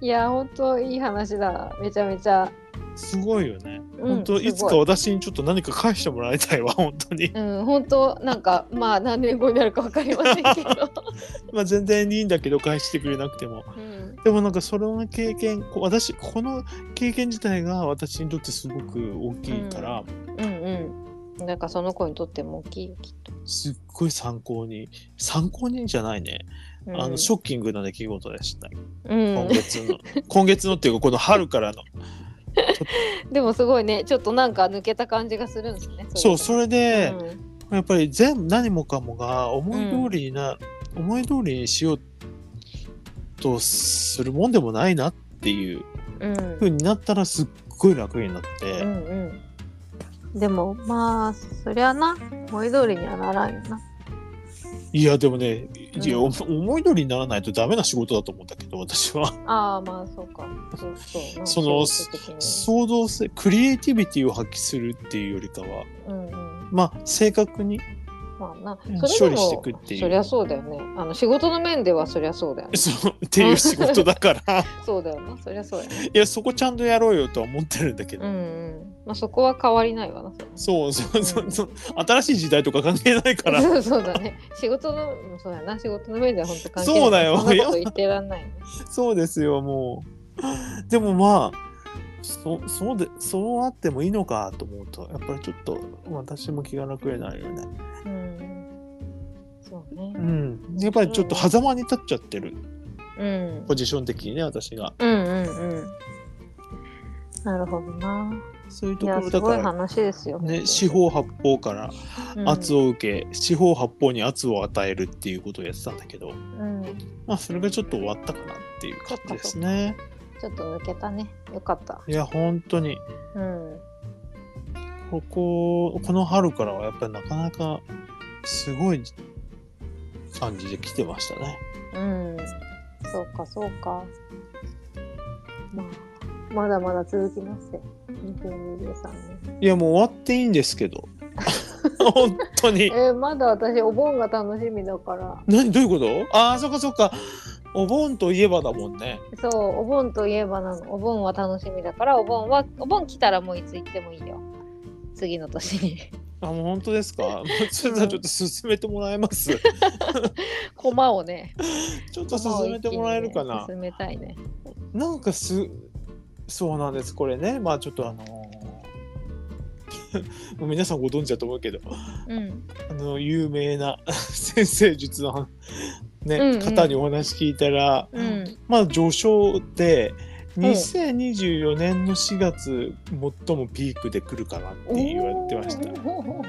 B: いや本当いい話だめちゃめちゃ、
A: すごいよね。
B: うん、
A: 本当、いつか
B: すご
A: 私にちょっと何か返してもらいたいわ、本当に。
B: うん本当なんかまあ何年後になるかわかりません
A: (laughs)
B: けど、
A: まあ全然いいんだけど返してくれなくても。
B: うん、
A: でもなんかその経験、こう私、この経験自体が私にとってすごく大きいから、
B: うんうんなんかその子にとっても大きいよきっと、
A: すっごい参考に、参考にじゃないね。
B: うん、
A: あの、ショッキングな出来事でした。
B: うん
A: 今月の。 (laughs) 今月のっていうか、この春からの。
B: でもすごいねちょっとなんか抜けた感じがするんですね
A: そう、
B: う
A: それ
B: い
A: で
B: うの、
A: やっぱり全部何もかもが思い通りにな、思い通りにしようとするもんでもないなっていう
B: うんうん
A: 風になったらすっごい楽になっ
B: う
A: て、
B: んうんでもまあそりゃな思い通りにはならんよない
A: やでもね、いや
B: うん
A: 思思い通りにならないとダメな仕事だと思うんだけど私は、
B: ああまあそうかそうそうな
A: その
B: 仕事的に
A: 創造性クリエイティビティを発揮するっていうよりかは
B: うんうん
A: まあ正確に
B: まあな
A: うん
B: それで
A: 処理して
B: も
A: くっていう
B: そりゃそうだよねあの仕事の面ではそりゃそうだよね
A: そうっていう仕事だから (laughs)
B: そうだよなそりゃそうだ (laughs) よね
A: いやそこちゃんとやろうよとは思ってるんだけど、
B: うんうんまあそこは変わりないわなそれ
A: そうそうそうそう新しい時代とか関係ないから
B: (laughs) そうそうだね仕事のそうやな仕事の面では本当関係ない
A: そうだよ
B: そんなこと言ってらんないね
A: そうですよ、もう。でもまあ、そそうでそうあってもいいのかと思うと、やっぱりちょっと私も気が楽になるよね。
B: うんそうね
A: うん。やっぱりちょっと狭間に立っちゃってる、
B: うん
A: ポジション的にね、私が。
B: うんうんうんなるほどな
A: そういう
B: い
A: とこ
B: や
A: ろ
B: す
A: だ
B: ご
A: か
B: い
A: ら、
B: 話ですよ。
A: ね、四方八方から圧
B: を、
A: を受け、四方八方に圧を与えるっていうことをやってたんだけど、
B: うん、
A: まあ、それがちょっと終わったかなっていう感じですね。
B: ちょっと抜けたね。よかった。
A: いや、本当に、
B: うん。
A: ここ、この春からはやっぱりなかなかすごい感じで来てましたね。
B: うん。そうか、そうか。まあ、まだまだ続きますよ。2023年。
A: いや、もう終わっていいんですけ (laughs) ど。本当に。
B: えーまだ私、お盆が楽しみだから。
A: 何どういうことああ、そっかそっか。お盆といえばだもんね。
B: そう、お盆といえばなの。お盆は楽しみだから、お盆は、お盆来たらもういつ行ってもいいよ。次の年に。 (laughs)
A: あ、もう本当ですか。松田さん、 (laughs) ちょっと進めてもらえ (laughs) ます。
B: 駒をね。
A: ちょっと進めてもらえるかな
B: 駒。を一気にね進めたいね。
A: なんかす、そうなんです。これね、まあちょっとあのーもう (laughs) 皆さんご存知だと思うけど、
B: うん。
A: あの有名な (laughs) 先生術の、ね
B: うんうん
A: 方にお話聞いたら、
B: うん。
A: まあ序章で
B: ん
A: 2024年の4月最もピークで来るかなって言われてました。
B: おー。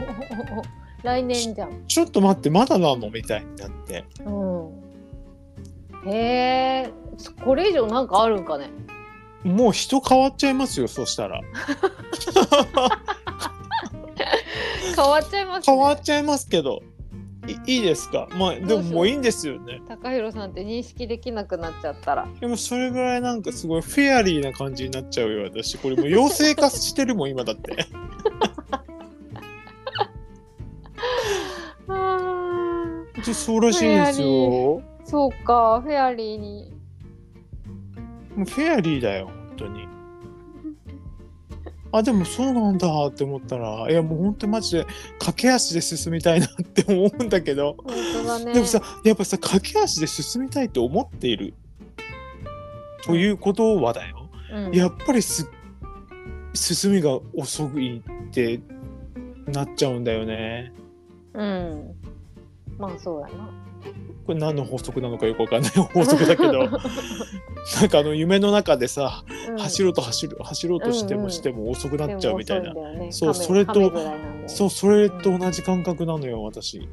B: (laughs) 来年じゃん。
A: ちょっと待ってまだなのみたいになって
B: うん、へえこれ以上なんかあるんかね
A: もう人変わっちゃいますよそしたら
B: 変わっちゃいます、ね、
A: 変わっちゃいますけどいいいですかまあで
B: ど
A: も
B: うしよう
A: もういいんですよね
B: 高弘さんって認識できなくなっちゃったら
A: でもそれぐらいなんかすごいフェアリーな感じになっちゃうよ私これもう妖精化してるもん今だって
B: あ
A: ちょっとそうらしいんですよ。も
B: ーそうかフェアリーに
A: うフェアリーだよ、本当に。あ、でもそうなんだって思ったら、いやもう本当にマジで駆け足で進みたいなって思うんだけど、
B: 本当だね
A: でもさ、やっぱさ、駆け足で進みたいと思っているということはだよ。
B: うん、
A: やっぱりす進みが遅いってなっちゃうんだよね。
B: うんまあそうやな
A: これ何の法則なのかよくわかんない (laughs) 法則だけど、なんかあの夢の中でさ、走
B: る
A: ろうと走る走ろうとして
B: うんう
A: も
B: ん
A: しても遅くなっちゃうみたいな、
B: ね、
A: そう
B: 亀
A: それと
B: 亀ぐらいなんだよ
A: そうそれと同じ感覚なのよ私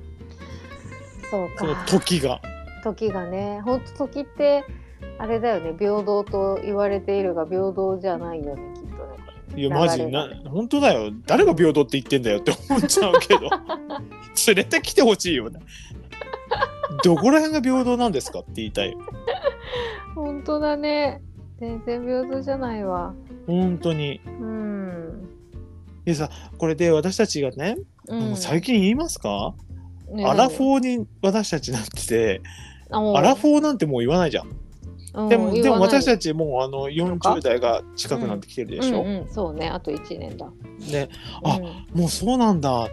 B: そう
A: その
B: か
A: 時が
B: 時がね本当時ってあれだよね平等と言われているが平等じゃないよねきっとね
A: いやマジ
B: 流れ
A: な
B: がね
A: 本当だよ誰が平等って言ってんだよって思っちゃうけ (laughs) ど連れてきてほしいよねどこら辺が平等なんですかって言いたい
B: 本当だね全然平等じゃないわ
A: 本当に
B: うん、
A: でさこれで私たちがね、
B: うん、
A: もう最近言いますか、
B: ね
A: アラフォーに私たちなってて、
B: あもう
A: アラフォーなんてもう言わないじゃん、
B: うん
A: でもでも私
B: 言
A: た
B: わ
A: ちもうあの40代が近くなってきてるで
B: ない
A: しょ、
B: うんうん、そうねあと1年だ
A: であもうそうなんだっ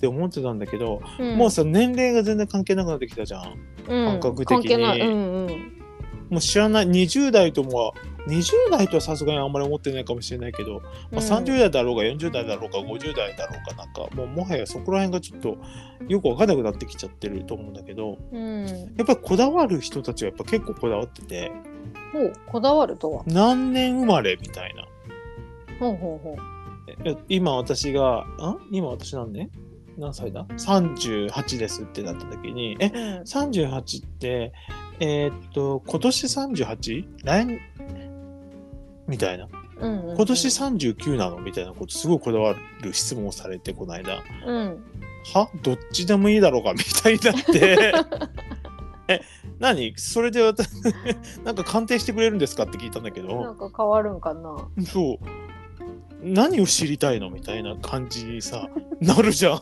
A: て思ってたんだけど、
B: うん
A: もうさ年齢が全然関係なくなってきたじゃん
B: う
A: 感
B: ん
A: 覚的
B: 関
A: に
B: 係ないうんうん
A: もう知らない20代とも20代とはさすがにあんまり思ってないかもしれないけど、まあ、30代だろうが40代だろうか50代だろうかなんかもうもはやそこら辺がちょっとよく分かんなくなってきちゃってると思うんだけど
B: うん、
A: やっぱりこだわる人たちはやっぱ結構こだわってて
B: ほうこだわるとは
A: 何年生まれみたいな
B: ほうほうほう
A: え今私がん今私何年何歳だ ?38 ですってなった時にえ
B: うん
A: 38って、えーっと、今年 38? 来年みたいな。
B: うんうん
A: 今年39なのみたいなこと、すごいこだわる質問をされて、この間。
B: うん
A: はどっちでもいいだろうかみたいにな
B: (laughs)
A: って。え、何それで私、 (laughs) なんか鑑定してくれるんですかって聞いたんだけ
B: な
A: ど、
B: んか変わるんかな
A: そう。何を知りたいのみたいな感じにさ、なるじゃん。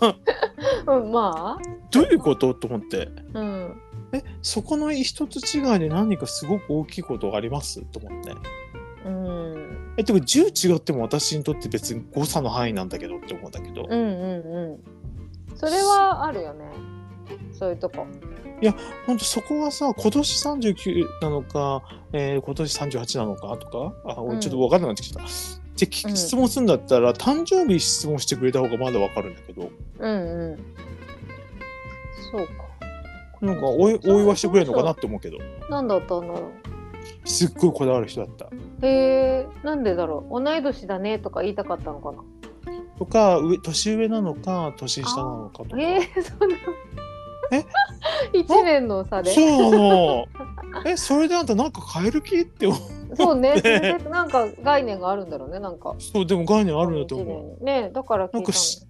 A: (laughs)
B: うんま
A: どういうことと思って。
B: あうん
A: えそこの一つ違いで何かすごく大きいことがありますと思って
B: うん
A: えてか10違っても私にとって別に誤差の範囲なんだけどって思うんだけど、
B: うんうんうんそれはあるよねそういうとこ
A: ほんとそこはさ今年39なのか、えー今年38なのかとかあ
B: う
A: 俺
B: ん
A: ちょっと分かんなくなってきた、って聞
B: うん
A: 質問するんだったら、誕生日質問してくれた方がまだ分かるんだけど
B: うんうんそうか
A: なんかおいお祝いしてくれるのかなって思うけど
B: 何だったんだろう
A: すっごいこだわる人だった。
B: えー、なんでだろう同い年だねとか言いたかったのかな
A: とか上年上なのか年下なのかとか。
B: えー、そんな
A: え
B: (laughs) 一年の差で
A: そうなの。えそれであんたなんか変える気って思う。
B: そうねそれでなんか概念があるんだろうねなんか
A: そうでも概念あるんだと思う。
B: うねだから聞いた
A: なんかし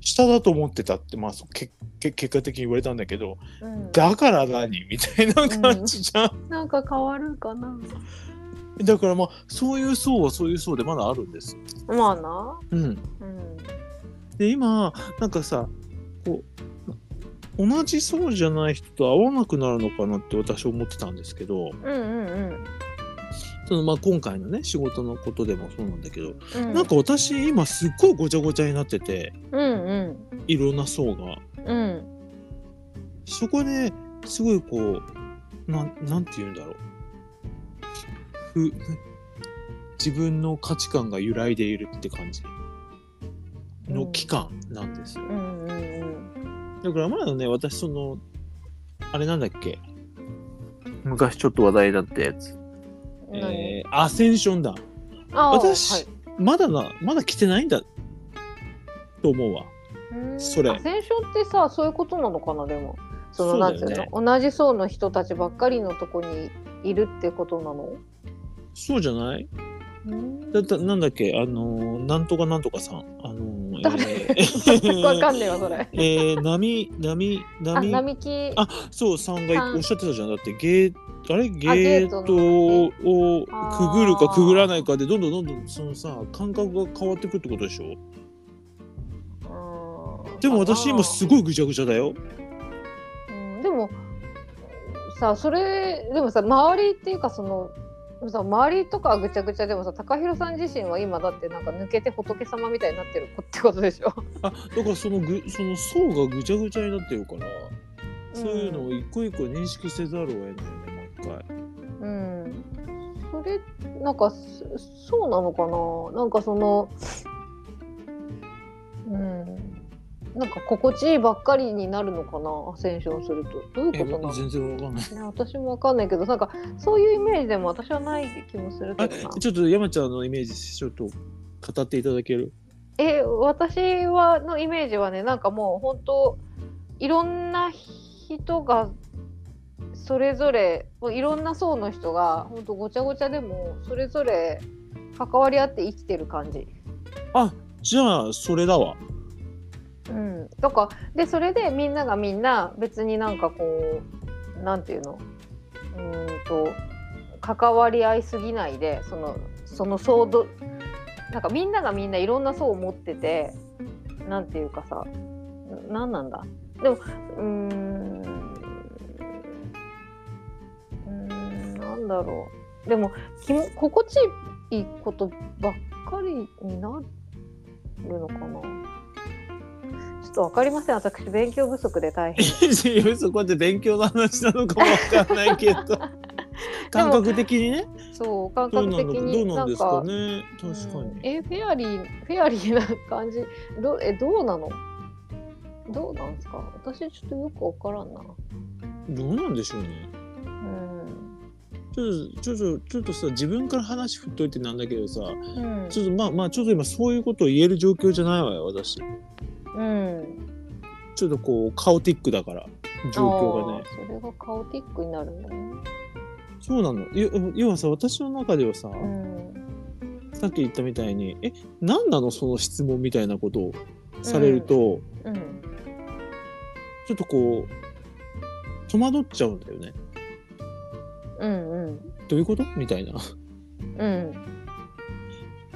A: 下だと思ってたってまあそうけけ結果的に言われたんだけど、
B: のうん
A: だから何みたいな感じじゃん。
B: なんか変わるかな
A: だからまあそういう層はそういう層でまだあるんです。
B: まあな
A: うん、
B: うん
A: で今なんかさこう同じ層じゃない人と会わなくなるのかなって私思ってたんですけど
B: うんうんうん
A: その、まあ、今回のね仕事のことでもそうなんだけど、
B: うん
A: なんか私今すっごいごちゃごちゃになってて
B: うんうん
A: いろんな層が。
B: うん
A: そこですごいこうなんなんて言うんだろうふ自分の価値観が揺らいでいるって感じの期間なんですよ。
B: うんうん
A: だから前のね、私その、あれなんだっけ昔ちょっと話題だったやつ。
B: うん
A: えー、アセンションだ。
B: あー
A: 私、
B: はい
A: まだな、まだ来てないんだ。と思うわ。
B: うん
A: それ
B: アセンションってさそういうことなのかなでもその
A: そうだ
B: な
A: よ
B: ん
A: ね
B: ていうの同じ層の人たちばっかりのとこにいるってことなの
A: そうじゃない
B: うん
A: だだなんだっけあのー、なんとかなんとかさん。あのー、
B: 誰
A: え
B: (laughs) わか
A: ー、
B: んねえわそれ
A: えー、波、波、
B: あ
A: 波、
B: 並木
A: あそう、さんが
B: さん
A: おっしゃってたじゃん。だってゲー、あれゲ
B: ゲー
A: ー
B: トの
A: トを
B: あー
A: くぐるかくぐらないかで、どんどんどんどんそのさ、感覚が変わってくってことでしょ
B: うん
A: でも私今すごいぐちゃぐちゃだよ。
B: うんでもさそれでもさ周りっていうかそのさ周りとかはぐちゃぐちゃでもさ高弘さん自身は今だってなんか抜けて仏様みたいになってる子ってことでしょ
A: あだからそのぐその層がぐちゃぐちゃになってるから、そういうのを一個一個認識せざるを得ないよねもう一回。
B: うんそれなんかそそうなのかななんかそのうんなんか心地いいばっかりになるのかなアセンションするとどういうことなの
A: 全然わかんない。
B: ね私もわかんないけどなんかそういうイメージでも私はない気もするけ
A: あ
B: どな
A: ちょっと山ちゃんのイメージちょっと語っていただける。
B: え私はのイメージはねなんかもう本当いろんな人がそれぞれもういろんな層の人が本当ごちゃごちゃでもそれぞれ関わり合って生きてる感じ。
A: あじゃあそれだわ。 (laughs)
B: うん、とかでそれでみんながみんな別になんかこうなんていうのうーんと関わり合いすぎないでそのその層どなんかみんながみんないろんな層を持っててなんていうかさなんなんだでもうーんうーんなんだろうでもきも心地いいことばっかりになるのかなちょっとわかりません私勉強不足で
A: (laughs)
B: 大変
A: そこで勉強の話なのかもわかんないけ
B: (laughs)
A: ど。感覚的にね。
B: そう感
A: どうな
B: 覚的
A: のど
B: に
A: うなんです
B: な
A: か
B: んか
A: ね。確か
B: うん
A: に。
B: えフェアリーフェアリーな感じどえどうなのどうなんですか私ちょっとよくわからんな
A: どうなんでしょうね。
B: うん、
A: ちょっとちょっとちょっとさ自分から話振っといてなんだけどさ。
B: うん
A: ちょっとまあまあちょっと今そういうことを言える状況じゃないわよ私
B: うん、
A: ちょっとこうカオティックだから状況が
B: あ
A: ね
B: ーそれがカオティックになるんだね
A: そうなのよ要はさ私の中ではさ、
B: うん
A: さっき言ったみたいにえ何なのその質問みたいなことをされると、
B: うん
A: ちょっとこう戸惑っちゃうんだよね
B: うんうん
A: どういうことみたいな (laughs)
B: うん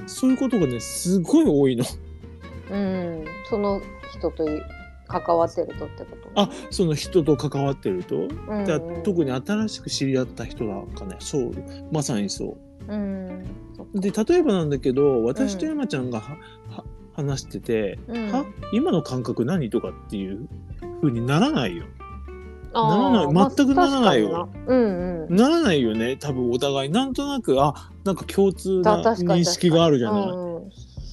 A: そういうことがねすごい多いの
B: うんその人とい関わってるとってこと
A: あその人と関わってると、
B: うん
A: で
B: うん
A: 特に新しく知り合った人なんかねそうまさにそう
B: うんそっか
A: で例えばなんだけど私と山ちゃんがは、は話してて「
B: うん
A: は今の感覚何?」とかっていう風にならないよ。
B: あー
A: ならない
B: まあ
A: 全くならないよ
B: 確かになうんうん
A: ならないよね多分お互いなんとなくあなんか共通な
B: た確かに
A: 認識があるじゃない、
B: うんうん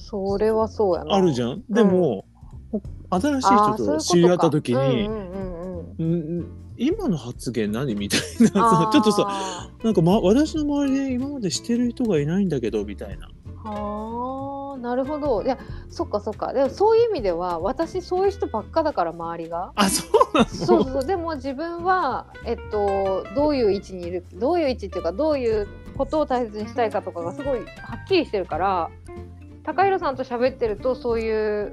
B: それはそうやな
A: あるじゃん。でも、ほ新しい人
B: あーそういうこと
A: と
B: か
A: 知り合った時に (laughs)
B: うんうんうんうん
A: ん今の発言何みたいなちょっとさ
B: あ
A: なんか、ま、私の周りで今までしてる人がいないんだけどみたいな
B: ーはあなるほどいやそっかそっかでもそういう意味では私そういう人ばっかだから周りが
A: あそうなの
B: そうそうでも自分はえっとどういう位置にいるどういう位置っていうかどういうことを大切にしたいかとかがすごいはっきりしてるから高弘さんと喋ってるとそういう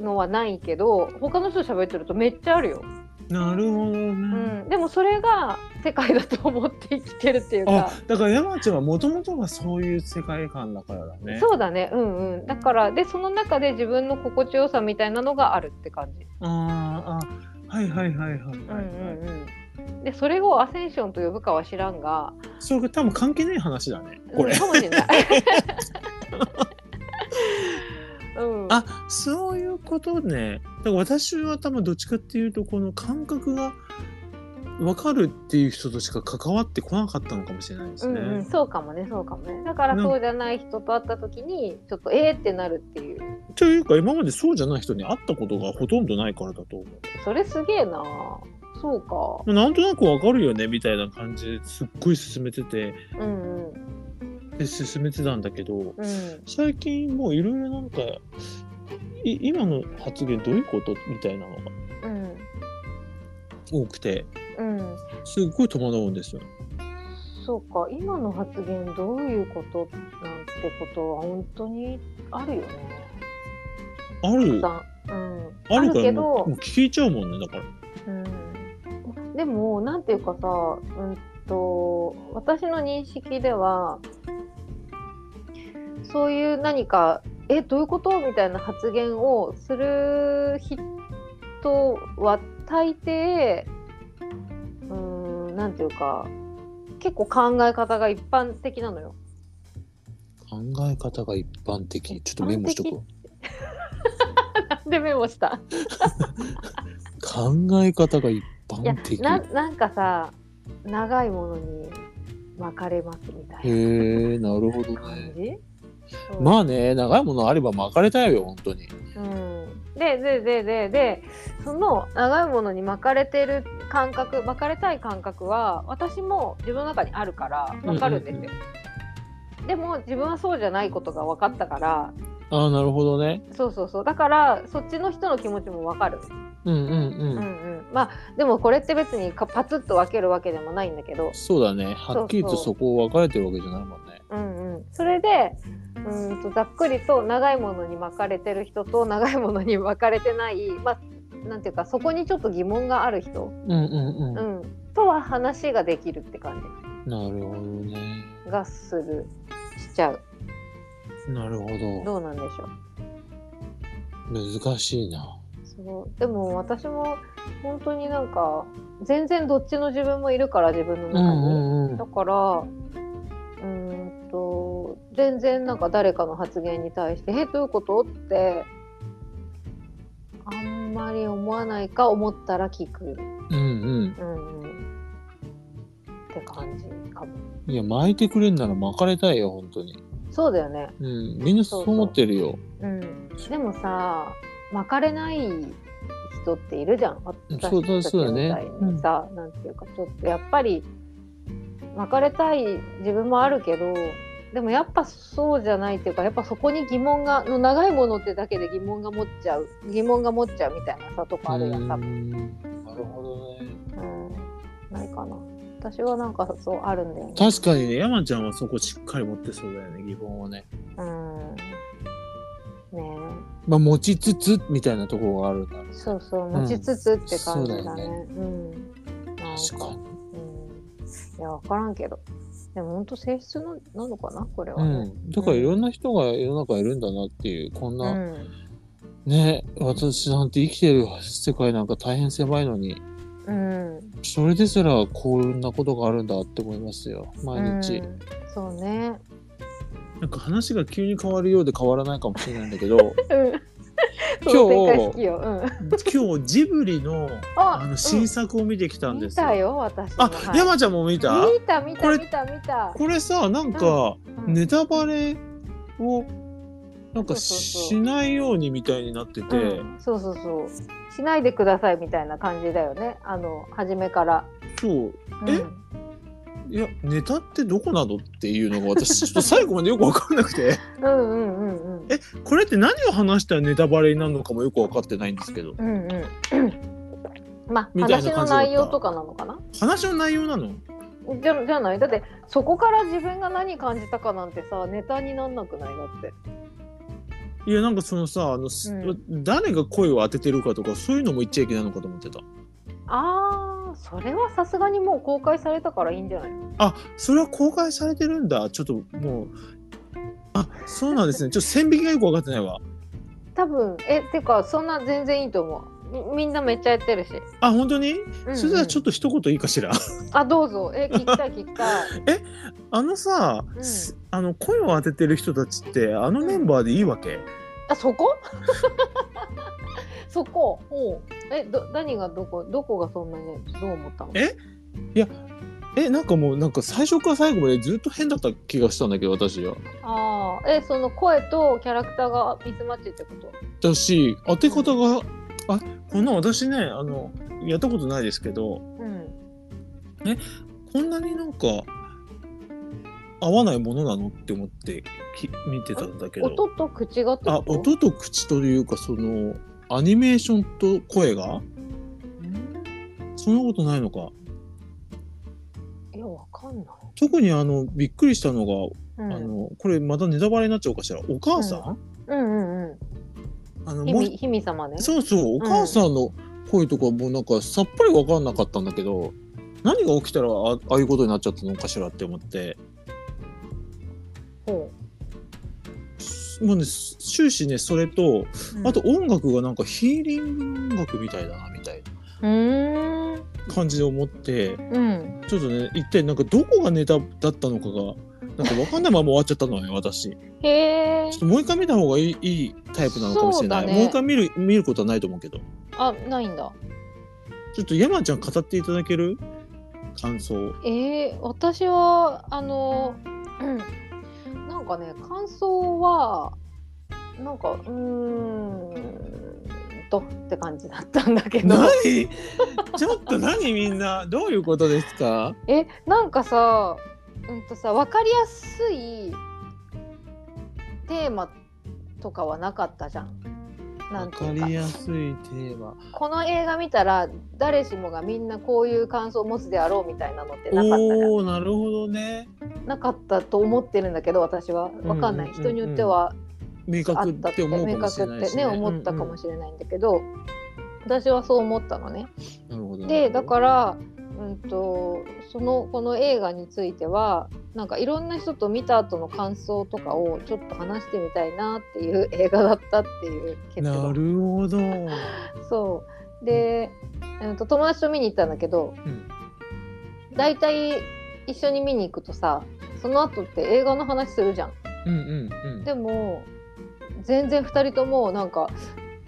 B: のはないけど他の人と喋ってるとめっちゃあるよ、
A: なるほどね、
B: うん、でもそれが世界だと思って生きてるっていうか
A: あだから山ちゃんはもともとがそういう世界観だからだね
B: そうだねうんうんだからでその中で自分の心地よさみたいなのがあるって感じ、
A: あーあはいはいはいはいはい、はい
B: うんうんうんでそれをアセンションと呼ぶかは知らんが
A: それが多分関係ない話だねこれ、
B: うんかもしれ
A: (laughs)
B: ない。うん、
A: あそういうことねだから私は多分どっちかっていうとこの感覚が分かるっていう人としか関わってこなかったのかもしれないで
B: う
A: す
B: ん
A: ね、
B: うん、そうかもねそうかもねだから
A: なん
B: そうじゃない人と会った時にちょっとえーってなるっていう
A: というか今までそうじゃない人に会ったことがほとんどないからだと思う
B: それすげえなそうか
A: まあなんとなく分かるよねみたいな感じですっごい進めてて
B: うんうん
A: で進めてたんだけど
B: うん
A: 最近もういろいろなんかい今の発言どういうことみたいなのが
B: うん
A: 多くて
B: うん
A: すっごい戸惑うんですよ。
B: そうか今の発言どういうことなんてことは本当にあるよね
A: ある
B: たくさんうん
A: あるか
B: あるけ
A: ら
B: ど
A: もうもう聞いちゃうもんねだから。
B: うんでもなんていうかさ、うん、と私の認識ではそういう何か「えどういうこと?」みたいな発言をする人は大抵うんなんていうか結構考え方が一般的なのよ。
A: 考え方が一般的ちょっとメモしとくわ
B: なん (laughs) でメモした
A: 考え方が一
B: いや
A: 般的
B: ななんかさ長いものに巻かれますみた
A: へ
B: いな
A: えなるほど
B: 感
A: ね
B: じ。そう
A: まあね長いものあれば巻かれたいよ本当に
B: うんでででででその長いものに巻かれてる感覚巻かれたい感覚は私も自分の中にあるから分かるんですよ、
A: うんうん
B: でも自分はそうじゃないことが分かったから
A: ああなるほどね
B: そうそうそうだからそっちの人の気持ちも分かる、
A: うんうんうん、
B: うんうん、まあでもこれって別にかパツッと分けるわけでもないんだけど
A: そうだねはっきりとそこを分かれてるわけじゃないもんね
B: うんうん、それでうんとざっくりと長いものに巻かれてる人と長いものに巻かれてない、まあ、なんていうかそこにちょっと疑問がある人、
A: うんうんうん、
B: うん、とは話ができるって感
A: なるほどね
B: じがするしちゃう
A: なるほど
B: どうなんでしょう
A: 難しいな
B: そうでも私も本当になんか全然どっちの自分もいるから自分の中に、
A: んうん
B: だからうーんと全然なんか誰かの発言に対して「えどういうこと?」ってあんまり思わないか思ったら聞く、
A: うん
B: うんうん、って感じかも
A: うんいや巻いてくれんなら巻かれたいよ本当に
B: そうだよね
A: うんみんなそう思ってるよ
B: うんでもさ巻かれない人っているじゃん私たち
A: そうだそうだ
B: み
A: ね
B: たいにさ、なんていうかちょっとやっぱり巻かれたい自分もあるけどでもやっぱそうじゃないっていうかやっぱそこに疑問がの長いものってだけで疑問が持っちゃう疑問が持っちゃうみたいなさとこあるやん多
A: う
B: 分、
A: んなるほどね
B: うん、ないかな私はなんかそうあるんだよね
A: 確かにね山ちゃんはそこしっかり持ってそうだよね疑問をね
B: うんねえ
A: まあ持ちつつみたいなところがあるんだろう
B: そうそう
A: うん
B: 持ちつつって感じだ
A: そうだ
B: ね。
A: よ
B: うん。なん
A: 確かに
B: うん。いや分からんけど。でも本当性質のなのかなこれは
A: う
B: ね。
A: ん、だからいろんな人が世の中いるんだなっていうこん
B: う
A: な、
B: ん。
A: ね私なんて生きてる世界なんか大変狭いのに
B: うん。
A: それですらこんなことがあるんだって思いますよ毎日、
B: うんそうね。
A: なんか話が急に変わるようで変わらないかもしれないんだけ
B: (laughs)
A: ど
B: うん。
A: 今日
B: その展開好きよ。うん。
A: 今日ジブリの
B: あ
A: あの新作を見てきた
B: うんん
A: で
B: 見
A: すよ、
B: たよ私も。
A: あ、
B: はい
A: 山ちゃんも見た
B: 見た見
A: こ
B: た
A: れ
B: 見た見た。
A: これさなんか
B: うん
A: ネタバレをなんか
B: そうそうそう
A: しないようにみたいになってて、
B: うんそうそうそうしないでくださいみたいな感じだよねあの初めから、
A: そう
B: うん
A: えいやネタってどこなのっていうのが私 (laughs) ちょっと最後までよく分かんなくて
B: うんうんうんうん
A: えこれって何を話したらネタバレになるのかもよく分かってないんですけど
B: うんうんまあ
A: みたい
B: 話
A: な
B: の
A: 感じだった
B: 内容とかなのかな
A: 話の内容なの
B: じゃじゃないだってそこから自分が何感じたかなんてさネタになんなくないだって
A: いやなんかそのさあの、す
B: うん
A: 誰が声を当ててるかとかそういうのも言っちゃいけないのかと思ってた
B: あーそれはさすがにもう公開されたからいいんじゃない
A: あそれは公開されてるんだちょっともうあそうなんですねちょっと線引きがよく分かってないわ
B: 多分えてかそんな全然いいと思うみみんなめっちゃやってるし、
A: あ本当に、それではちょっ
B: っ
A: と一言いいかしら
B: とあどうぞえ聞きたい聞きた (laughs) い
A: あのさ、
B: うん
A: すあの声を当ててる人たちってあのメンバーでいいわけ、
B: あそ (laughs) こそこおうえど何がどこどこがそんなにどう思ったの
A: ええなんかもうなんか最初から最後までずっと変だった気がしたんだけど私は
B: ああえその声とキャラクターがミスマッチってこと
A: だし当て方が、あこの私ねあのやったことないですけど
B: うん
A: こんなになんか合わないものなのって思ってき見てたんだけど
B: 音と口がってこと
A: あ音と口というかそのアニメーションと声が
B: うん
A: そんなことないのか
B: いやわかんない、
A: 特にあのびっくりしたのが、
B: うん、
A: あのこれまたネタバレになっちゃうかしらお母さん、
B: うんうん
A: あの
B: うんひ
A: もう
B: みひみ様ね
A: そうそうお母さんの声とかもうなんかさっぱり分かんなかったんだけど、何が起きたらあああいうことになっちゃったのかしらって思って
B: ほ
A: もうね終始ねそれと
B: ううん
A: あと音楽がなんかヒーリング音楽みたいだなみたいな
B: うーん
A: 感じで思って。
B: うん
A: ちょっとね、一体なんかどこがネタだったのかが、なんか分かんないまま終わっちゃったのよ、私。ち
B: へえ
A: ょっともう一回見た方がいいいいタイプなのかもしれな
B: そ
A: い。
B: うだね
A: もう一回見る見ることはないと思うけど。
B: あないんだ
A: ちょっと山ちゃん語っていただける感想。
B: えー、私はあの、うん、なんかね感想はなんかうーんとって感じだったんだけど
A: 何ちょっと何みんな、どういうことですか
B: えなんかさうんとさ分かりやすいテーマとかはなかったじゃん。な
A: わ
B: んてい
A: か
B: うか
A: りやすいテーマ。
B: この映画見たら誰しもがみんなこういう感想を持つであろうみたいなのってなかったじゃん。
A: おー、なるほどね。
B: なかったと思ってるんだけど私はわかんない、
A: うんうんうんうん
B: 人によっては
A: 明
B: あ
A: 確
B: っ
A: った
B: って
A: て思うか
B: 明
A: もし
B: 確
A: れ
B: っ
A: ない
B: て
A: し、
B: ね思ったかも
A: し
B: しれないんだけど、私はそう思ったのね。
A: れない。なるほど。
B: でだ
A: ら、
B: から、うん、とそのこの映画についてはなんかいろんな人と見た後の感想とかをちょっと話してみたいなっていう映画だったっていう結
A: な
B: 論。
A: るほど。
B: そうで、うん、と友達と見に行ったんだけど
A: うん
B: 大体、一緒に見に行くとさその後って映画の話するじゃん。
A: うんうんうん。
B: でも全然2人ともなんか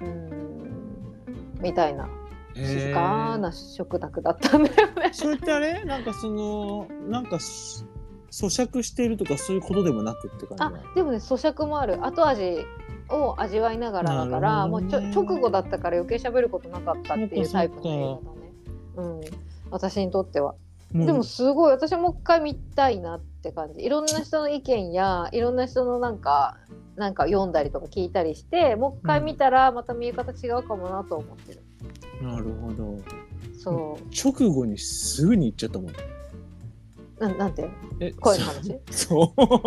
B: うーんみたいな静かな食卓だったんだよ
A: (laughs)
B: ね。
A: それってあれなんかそのなんかし咀嚼しているとかそういうことでもなくって感じ
B: あ
A: なの
B: でもね咀嚼もある後味を味わいながらだか
A: な
B: ら、
A: るほ
B: も
A: ど
B: う
A: ね
B: ちょ直後だったから余計喋ることなかったっていうタイプの映画だね。うん、私にとっては、
A: もう
B: でもすごい私もう一回見たいなって感じいろんな人の意見やいろんな人のなんかなんか読んだりとか聞いたりしてもう一回見たらまた見え方違うかもなと思ってる、
A: なるほど
B: そう
A: 直後にすぐに行っちゃったもん
B: なんなんて
A: え
B: 声の話
A: (laughs) そうも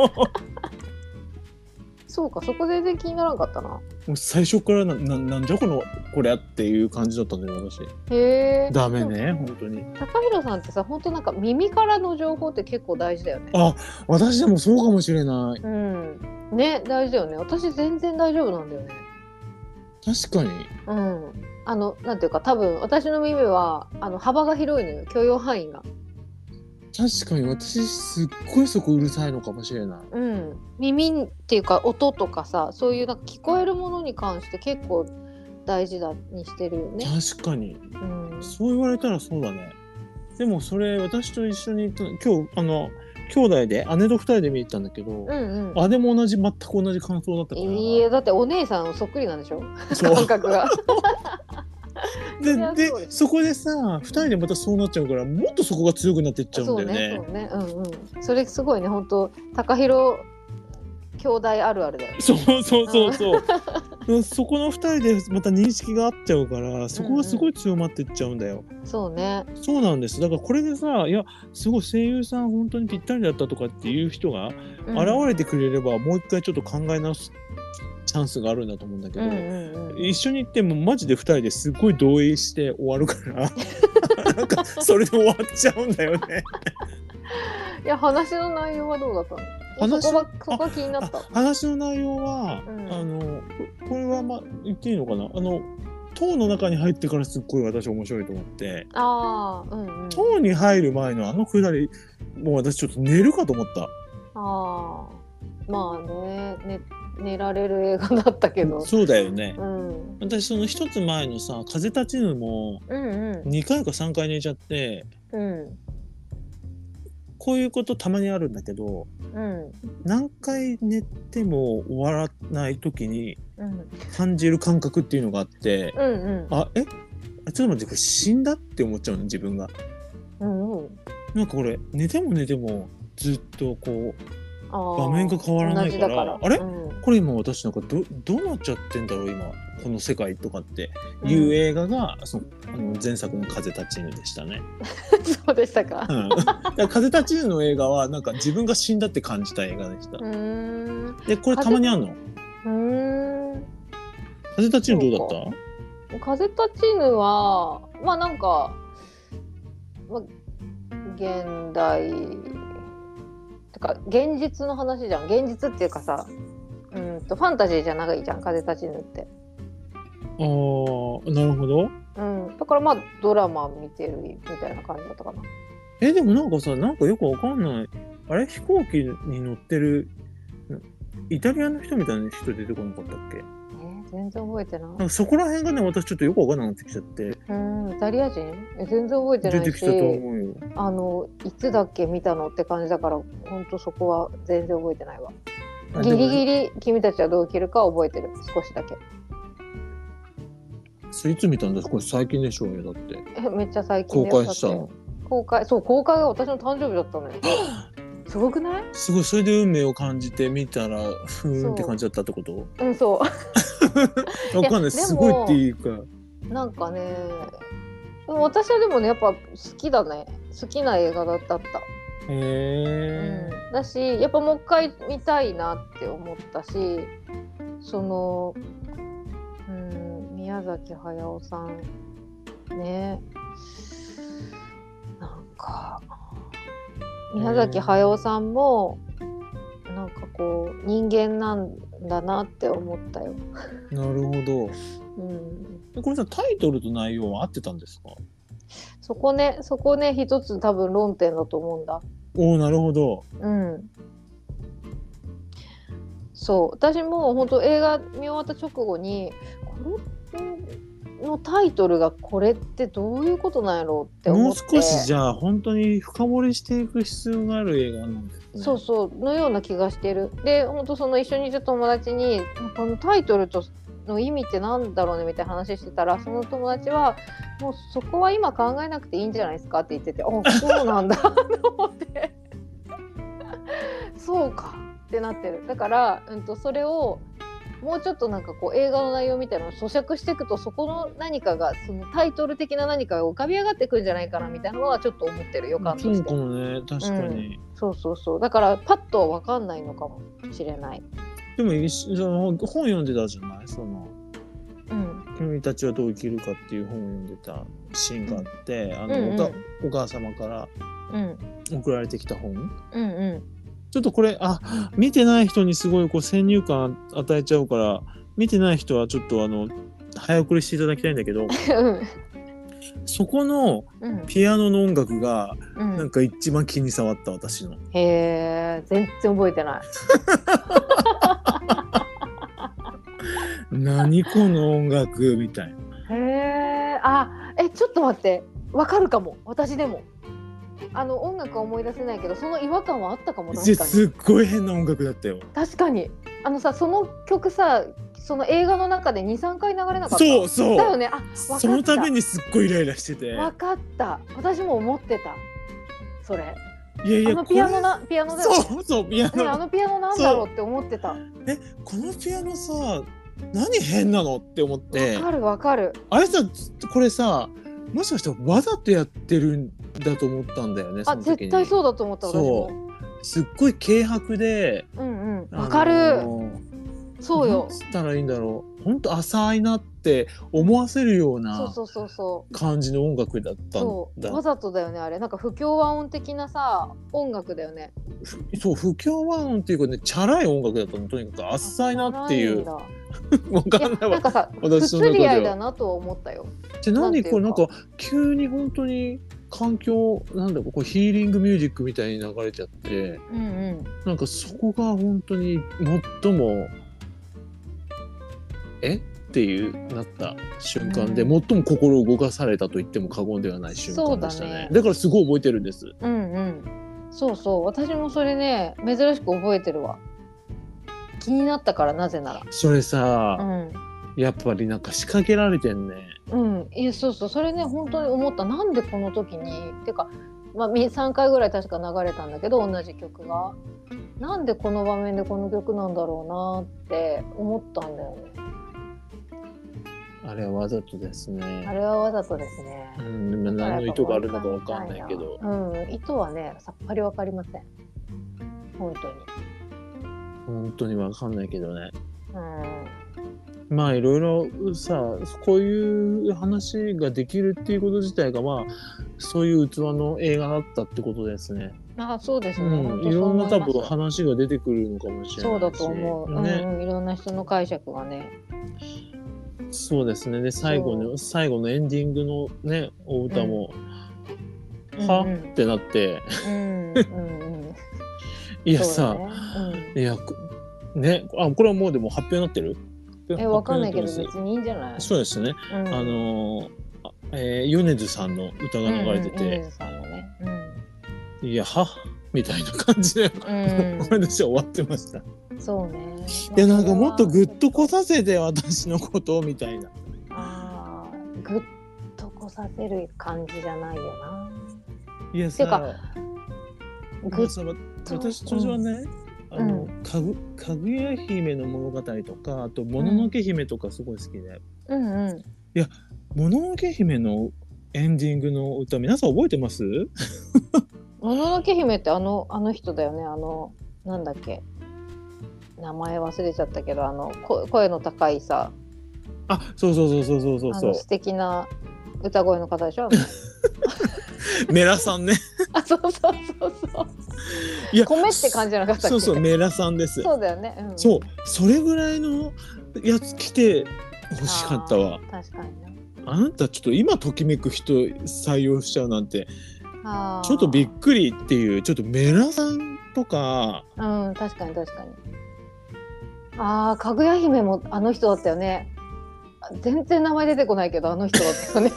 B: そうかそこ全然気にならんかったな
A: う (laughs) 最初からなななんじゃこのこれっていう感じだったんだよ私
B: へえ
A: ダメね本当に
B: 高弘さんってさ本当なんか耳からの情報って結構大事だよね
A: あ私でもそうかもしれない
B: うんね大事だよね私全然大丈夫なんだよね
A: 確かに
B: うんあのなんていうか多分私の耳はあの幅が広いのよ許容範囲が
A: 確かに私すっごいそこうるさいのかもしれない
B: うん耳っていうか音とかさそういうなんか聞こえるものに関して結構大事だにしてるよね、
A: 確かに
B: うん、
A: そう言われたらそうだね。でもそれ私と一緒に行った今日あの兄弟で姉と二人で見に行ったんだけど、
B: うんうん
A: 姉も同じ全く同じ感想だったから
B: いいえだってお姉さんそっくりなんでしょ
A: そう
B: (laughs) 感覚
A: (laughs)
B: が
A: で
B: そりゃそう
A: で
B: です
A: そこでさ二人でまたそうなっちゃうからもっとそこが強くなっていっちゃうんだよね
B: そうねそうねうんうんそれすごいね本当高弘兄弟あるあるだよね
A: そうそうそうそううんそこの二人でまた認識が合っちゃうからそこがすごい強まっていっちゃうんだよ、
B: そうね
A: そうなんですだからこれでさいやすごい声優さん本当にぴったりだったとかっていう人が現
B: 現
A: れてくれれば、もう一回ちょっと考え直すチャンスがあるんだと思うんだけ
B: う
A: ど、
B: んうんうんうん
A: 一緒に行ってもマジで二人ですごい同意して終わるからなんかそれで終わっちゃうんだよ (laughs) ね。
B: いや話の内容はどうだったの
A: 話
B: そこがそこが気になった
A: あ話の内容は、
B: うん
A: あのここれはまあ言っていいのかなあの塔の中に入ってからすっごい私面白いと思って
B: ああうんうん
A: 塔に入る前のあのくだりもう私ちょっと寝るかと思った
B: ああまあねね寝られる映画だったけど
A: そうだよね
B: うん
A: 私その一つ前のさ「風立ちぬ」も
B: うんうん
A: 2回か3回寝ちゃって
B: うん
A: こういうことたまにあるんだけど
B: うん
A: 何回寝ても終わらない時に
B: うん
A: 感じる感覚っていうのがあって
B: うん
A: あえあちょっと待ってこれ死んだって思っちゃうの自分が。
B: うんうん
A: なんかこれ寝ても寝てもずっとこう
B: あー
A: 場面が変わらないから
B: 同じだ
A: あれ
B: うん
A: これ今私なんかどどうなっちゃってんだろう今この世界とかって
B: うん
A: いう映画が、そのあの前作の「風立ちぬ」でしたね。
B: (laughs) そうでしたか
A: う。
B: (laughs)
A: んだから風立ちぬの映画はなんか自分が死んだって感じた映画でした
B: う。ーん。う
A: でこれたまにあるの
B: ーん。
A: 風立ちぬどうだっ
B: 風立ちぬは、まあ、なんか。まあ、現代。てか、現実の話じゃん、現実っていうかさ。うんと、ファンタジーじゃないじゃん、風立ちぬって。
A: たあーなるほど。
B: うん、だから、まあ、ドラマ見てるみたいな感じだったかな。
A: えでもなんかさなんかよくわかんないあれ飛行機に乗ってるイタリアの人みたいな人出てこなかったっけ
B: えー全然覚えて
A: な
B: なんい。
A: かそこら辺がね私ちょっとよくわかんなくなってきちゃって
B: うん、イタリア人。え全然覚えて
A: 出
B: ない
A: てき
B: し。
A: たと思うよ。
B: あの、いつだっけ見たのって感じだから、本当そこは全然覚えてないわ。
A: あ
B: ギリギ
A: で
B: リ君たちはどう生きるか覚えてる少しだけ
A: もそれいつ見たんだこれ最近でしょうよだって
B: えめっちゃ最近
A: 公
B: だよ
A: 開した
B: だって公開そう公開が私の誕生日だったのよすごくない
A: すごいそれで運命を感じて見たらふーんって感じだったってこと
B: うんそ
A: わかん
B: い
A: な
B: や
A: いすごいっていうか
B: う (laughs) なんかねでも私はでもねやっぱ好きだね好きな映画だった、
A: へ
B: うん
A: え、
B: だしやっぱもう一回見たいなって思ったしそのうん宮崎駿さんねなんか宮崎駿さんもなんかこう人間なんだなって思ったよ。
A: なるほ
B: うん、
A: どこれさタイトルと内容は合ってたんですか
B: そこねそこね一つ多分論点だと思うんだ。
A: おおなるほど
B: うん、そう私も本当映画見終わった直後にこれのタイトルがこれってどういうことなんやろうって
A: も
B: 思
A: う
B: って
A: 少しじゃあ本当に深掘りしていく必要がある映画なんですね
B: そうそうのような気がしてるで本当その一緒にいた友達にこのタイトルとの意味ってなんだろうねみたいな話してたらその友達はもうそこは今考えなくていいんじゃないですかって言っててあそうな
A: (laughs)
B: んだと思ってそうかってなってるだから、うん、とそれをもうちょっとなんかこう映画の内容みたいなのを咀嚼していくとそこの何かがそのタイトル的な何かが浮かび上がってくるんじゃないかなみたいなのはちょっと思ってる予感と
A: そ
B: し
A: う
B: て
A: か。もね確かに、
B: そうそうそうだからパッとは分かんないのかもしれない。
A: でも一緒その本読んでたじゃないその
B: うん、
A: 君たちはどう生きるかっていう本を読んでたシーンがあって、あの
B: うんうん
A: おかお母様から
B: うん、
A: 送られてきた本
B: うん、う
A: ちょっとこれあ見てない人にすごいこう先入観与えちゃうから見てない人はちょっとあの早送りしていただきたいんだけど
B: ん、
A: そこの
B: うん、
A: ピアノの音楽が
B: う
A: なん
B: ん、
A: か一番気に障った私の。
B: へえ、全然覚えてない。
A: 何この音楽み
B: (laughs)
A: たいな。
B: へえ、あ、え、ちょっと待って、わかるかも、私でも。あの音楽は思い出せないけどその違和感はあったかも
A: す
B: 確かに
A: すっごい変な音楽だったよ
B: 確かにあのさその曲さその映画の中で23回流れなかった
A: そうそう
B: だよねあわかった
A: そのためにすっごいイライラしてて
B: わかった私も思ってたそれ
A: いやい
B: あ
A: や
B: の
A: これ
B: ピアノなピアノだよね
A: そうそうピア
B: ねあ
A: ノ
B: のピアノなんだろうって思ってたわ
A: えこのピアノさ何変なのって思って
B: かるわかる
A: あれさこれさもしかしてわざとやってるんだと思ったんだよね
B: あ
A: その時
B: 絶
A: に
B: 対そうだと思った私も
A: すっごい軽薄で
B: うんうん
A: あの
B: わかる、そう
A: なん
B: よ
A: つったらいいんだろう本当浅いなって思わせるよう
B: そう
A: な
B: そうそうそう
A: 感じの音楽だったん
B: そう
A: だ
B: わざとだよねあれなんか不協和音的なさ音楽だよね
A: ふそう不協和音っていうかねチャラい音楽だったのとにかく浅いなってい
B: な
A: う
B: いんだ
A: わかん (laughs)
B: い
A: な
B: や
A: い
B: なん
A: わ
B: かさ不
A: 私の中では
B: 釣り合いだなとは思ったよ
A: で何これな
B: なん
A: ん
B: てい
A: か急に本当に環境なんだろうこうヒーリングミュージックみたいに流れちゃって
B: うんうん
A: なんかそこが本当に最もえっていうなった瞬間で、
B: う
A: 最も心を動かされたと言っても過言ではない瞬間でしたね
B: そう
A: だ
B: だね
A: からすごい覚えてるんです
B: うんうんそうそう私もそれね珍しく覚えてるわ気になったからなぜな
A: それさ
B: らう、ん
A: やっぱりなんか仕掛けられてんね
B: うんいやそうそうそれね本当に思ったなんでこの時にてか、まあ、み3回ぐらい確か流れたんだけど同じ曲がなんでこの場面でこの曲なんだろうなって思ったんだよね
A: あれはわざとです
B: あ
A: ね
B: れはわざとですね
A: うん、でも何の意図があるのかわかんないけど
B: うん意図はねさっぱりわかりません本当に
A: 本当にわかんないけどね
B: うん
A: まあいろいろさこういう話ができるっていうこと自体がまあそういう器の映画だったってことですね。
B: あそうです
A: う
B: ね、本
A: ん、
B: 当
A: い
B: そう
A: ろん
B: 思
A: ない多
B: ます
A: 分話が出てくるのかもしれないし
B: そうだと思う、
A: ね
B: うんうん、いろんな人の解釈がね
A: そうですねで最後の最後のエンディングのねお歌も、は、
B: うんう
A: ってなって
B: ん、うんうん、
A: (laughs) い
B: い
A: やさ、いやこねあこれはもうでも発表になってる
B: えわかんないけど
A: 発表にって
B: 別にいいんじゃな
A: ま
B: い
A: すそうですね、
B: うん、
A: あのーあえー、米津さんの歌が流れてて、
B: うんうん米津さんのね
A: いや、はみたいな感じで、こ
B: うん
A: れでし終わってました。い
B: う
A: (laughs)
B: んそうね
A: や、なんかもっとグッとこ
B: せ
A: させて、私のことをみたいな。
B: あーグッとこさせる感じじゃないよない
A: や
B: てか
A: さ、
B: グッ
A: さ
B: と
A: 私とはね、あの、かぐ、かぐや姫の物語とか、あと、もののけ姫とかすごい好きで、
B: うんうん
A: もののけ姫のエンディングの歌、皆さん覚えてます
B: もののけ姫ってあのあの人だよねあのなんだっけ名前忘れちゃったけどあのこ声の高いさ
A: あ、そうそうそうそうそう
B: あ
A: そう
B: の素敵な歌声の方でしょ。
A: (laughs) そう。メラさんね。
B: あ、そうそうそうそう。
A: いや
B: (laughs) 米って感じじゃなかったっけ。
A: そうそう、メラさんです。
B: そうだよね。うん、
A: そう、それぐらいのやつ来て欲しかったわ
B: あ。ー。確かにね。
A: あなたちょっと今ときめく人採用しちゃうなんて
B: あー
A: ちょっとびっくりっていうちょっとメラさんとか
B: うん、確かに確かに。ああ、かぐや姫もあの人だったよね。あ全然名前出てこないけど、あの人だ
A: (laughs)
B: ったよね。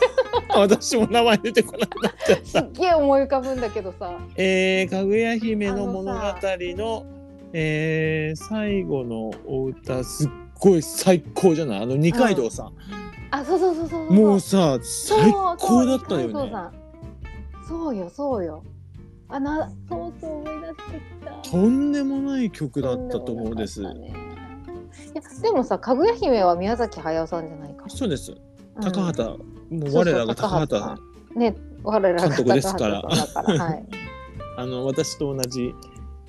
A: 私も名前出てこなくなっちゃっ
B: す (laughs)
A: た
B: っげえ思い浮かぶんだけどさ。
A: えー、かぐや姫の物語
B: あのさ
A: のえー最後のお歌すっごい最高じゃないあの二階堂さん、
B: あ、そうそうそうそうそう。
A: もうさ
B: そう
A: 最高だったよ
B: そう二階堂
A: ね
B: さんそうよ、そうよ。あ、な、そうそう思い出してきた。
A: とんでもない曲だったと思うんです
B: とんでもなかったねいやでもさ、かぐや姫は宮崎駿さんじゃないか。
A: そうです
B: うん
A: 高畑、もう
B: そうそう
A: 我らが高畑
B: さんね、我らが
A: 監督ですから
B: 高畑さんだからはい。
A: あの私と同じ、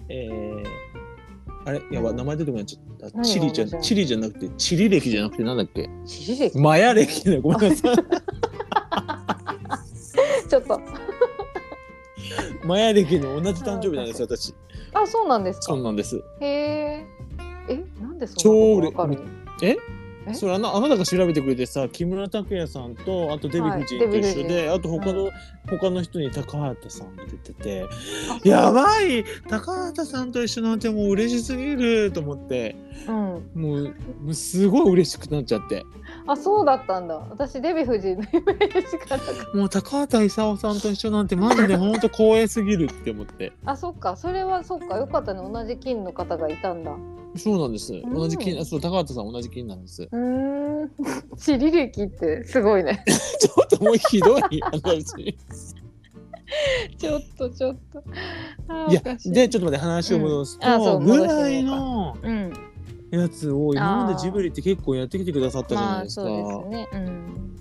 A: えー、あれやば
B: 何
A: 名前出てこなっちゃった
B: 何
A: チリじゃ
B: 何が
A: チリじゃなくてチリ歴じゃなくてなんだっけ
B: 知事歴
A: マヤ歴だよごめんなさい
B: ちょっと。
A: マヤ歴の同じ誕生日なんですよ私
B: あ、そうなんです
A: そう
B: か。
A: なんです
B: へえ。え、なんでそんなことわかるのえ
A: それあのあなたが調べてくれてさ木村拓哉さんとあとデヴィ夫人
B: はい
A: と
B: デヴィ
A: 一緒
B: 夫
A: で、
B: 人
A: あと他の、他の人に高畑さんが出ててやばい高畑さんと一緒なんてもう嬉しすぎると思って
B: うん。
A: もうもうすごい嬉しくなっちゃって
B: あそうだったんだ私デヴィ夫人のイメージがなかった
C: もう高畑勲さんと一緒なんてマジで本当光栄すぎるって思って。
B: あそっかそれはそっかよかったね同じ金の方がいたんだう
A: そうなんです。
B: ん
A: 同じ金、あそう高畑さん同じ金なんです。
B: ーん (laughs) 地理歴ってすごい
A: (laughs)
B: ね
A: ちょっともうひどい話。
B: ちょっとちょっとあー
A: いや
B: おかし
C: でちょっと待って話を戻す
B: うんあそ
C: と、
B: う
C: ぐらいの
B: うん
C: やつを今までジブリって結構やってきてくださったじゃ
B: ま
C: ない
B: あ
C: です
B: そ
C: か。
B: うですねうん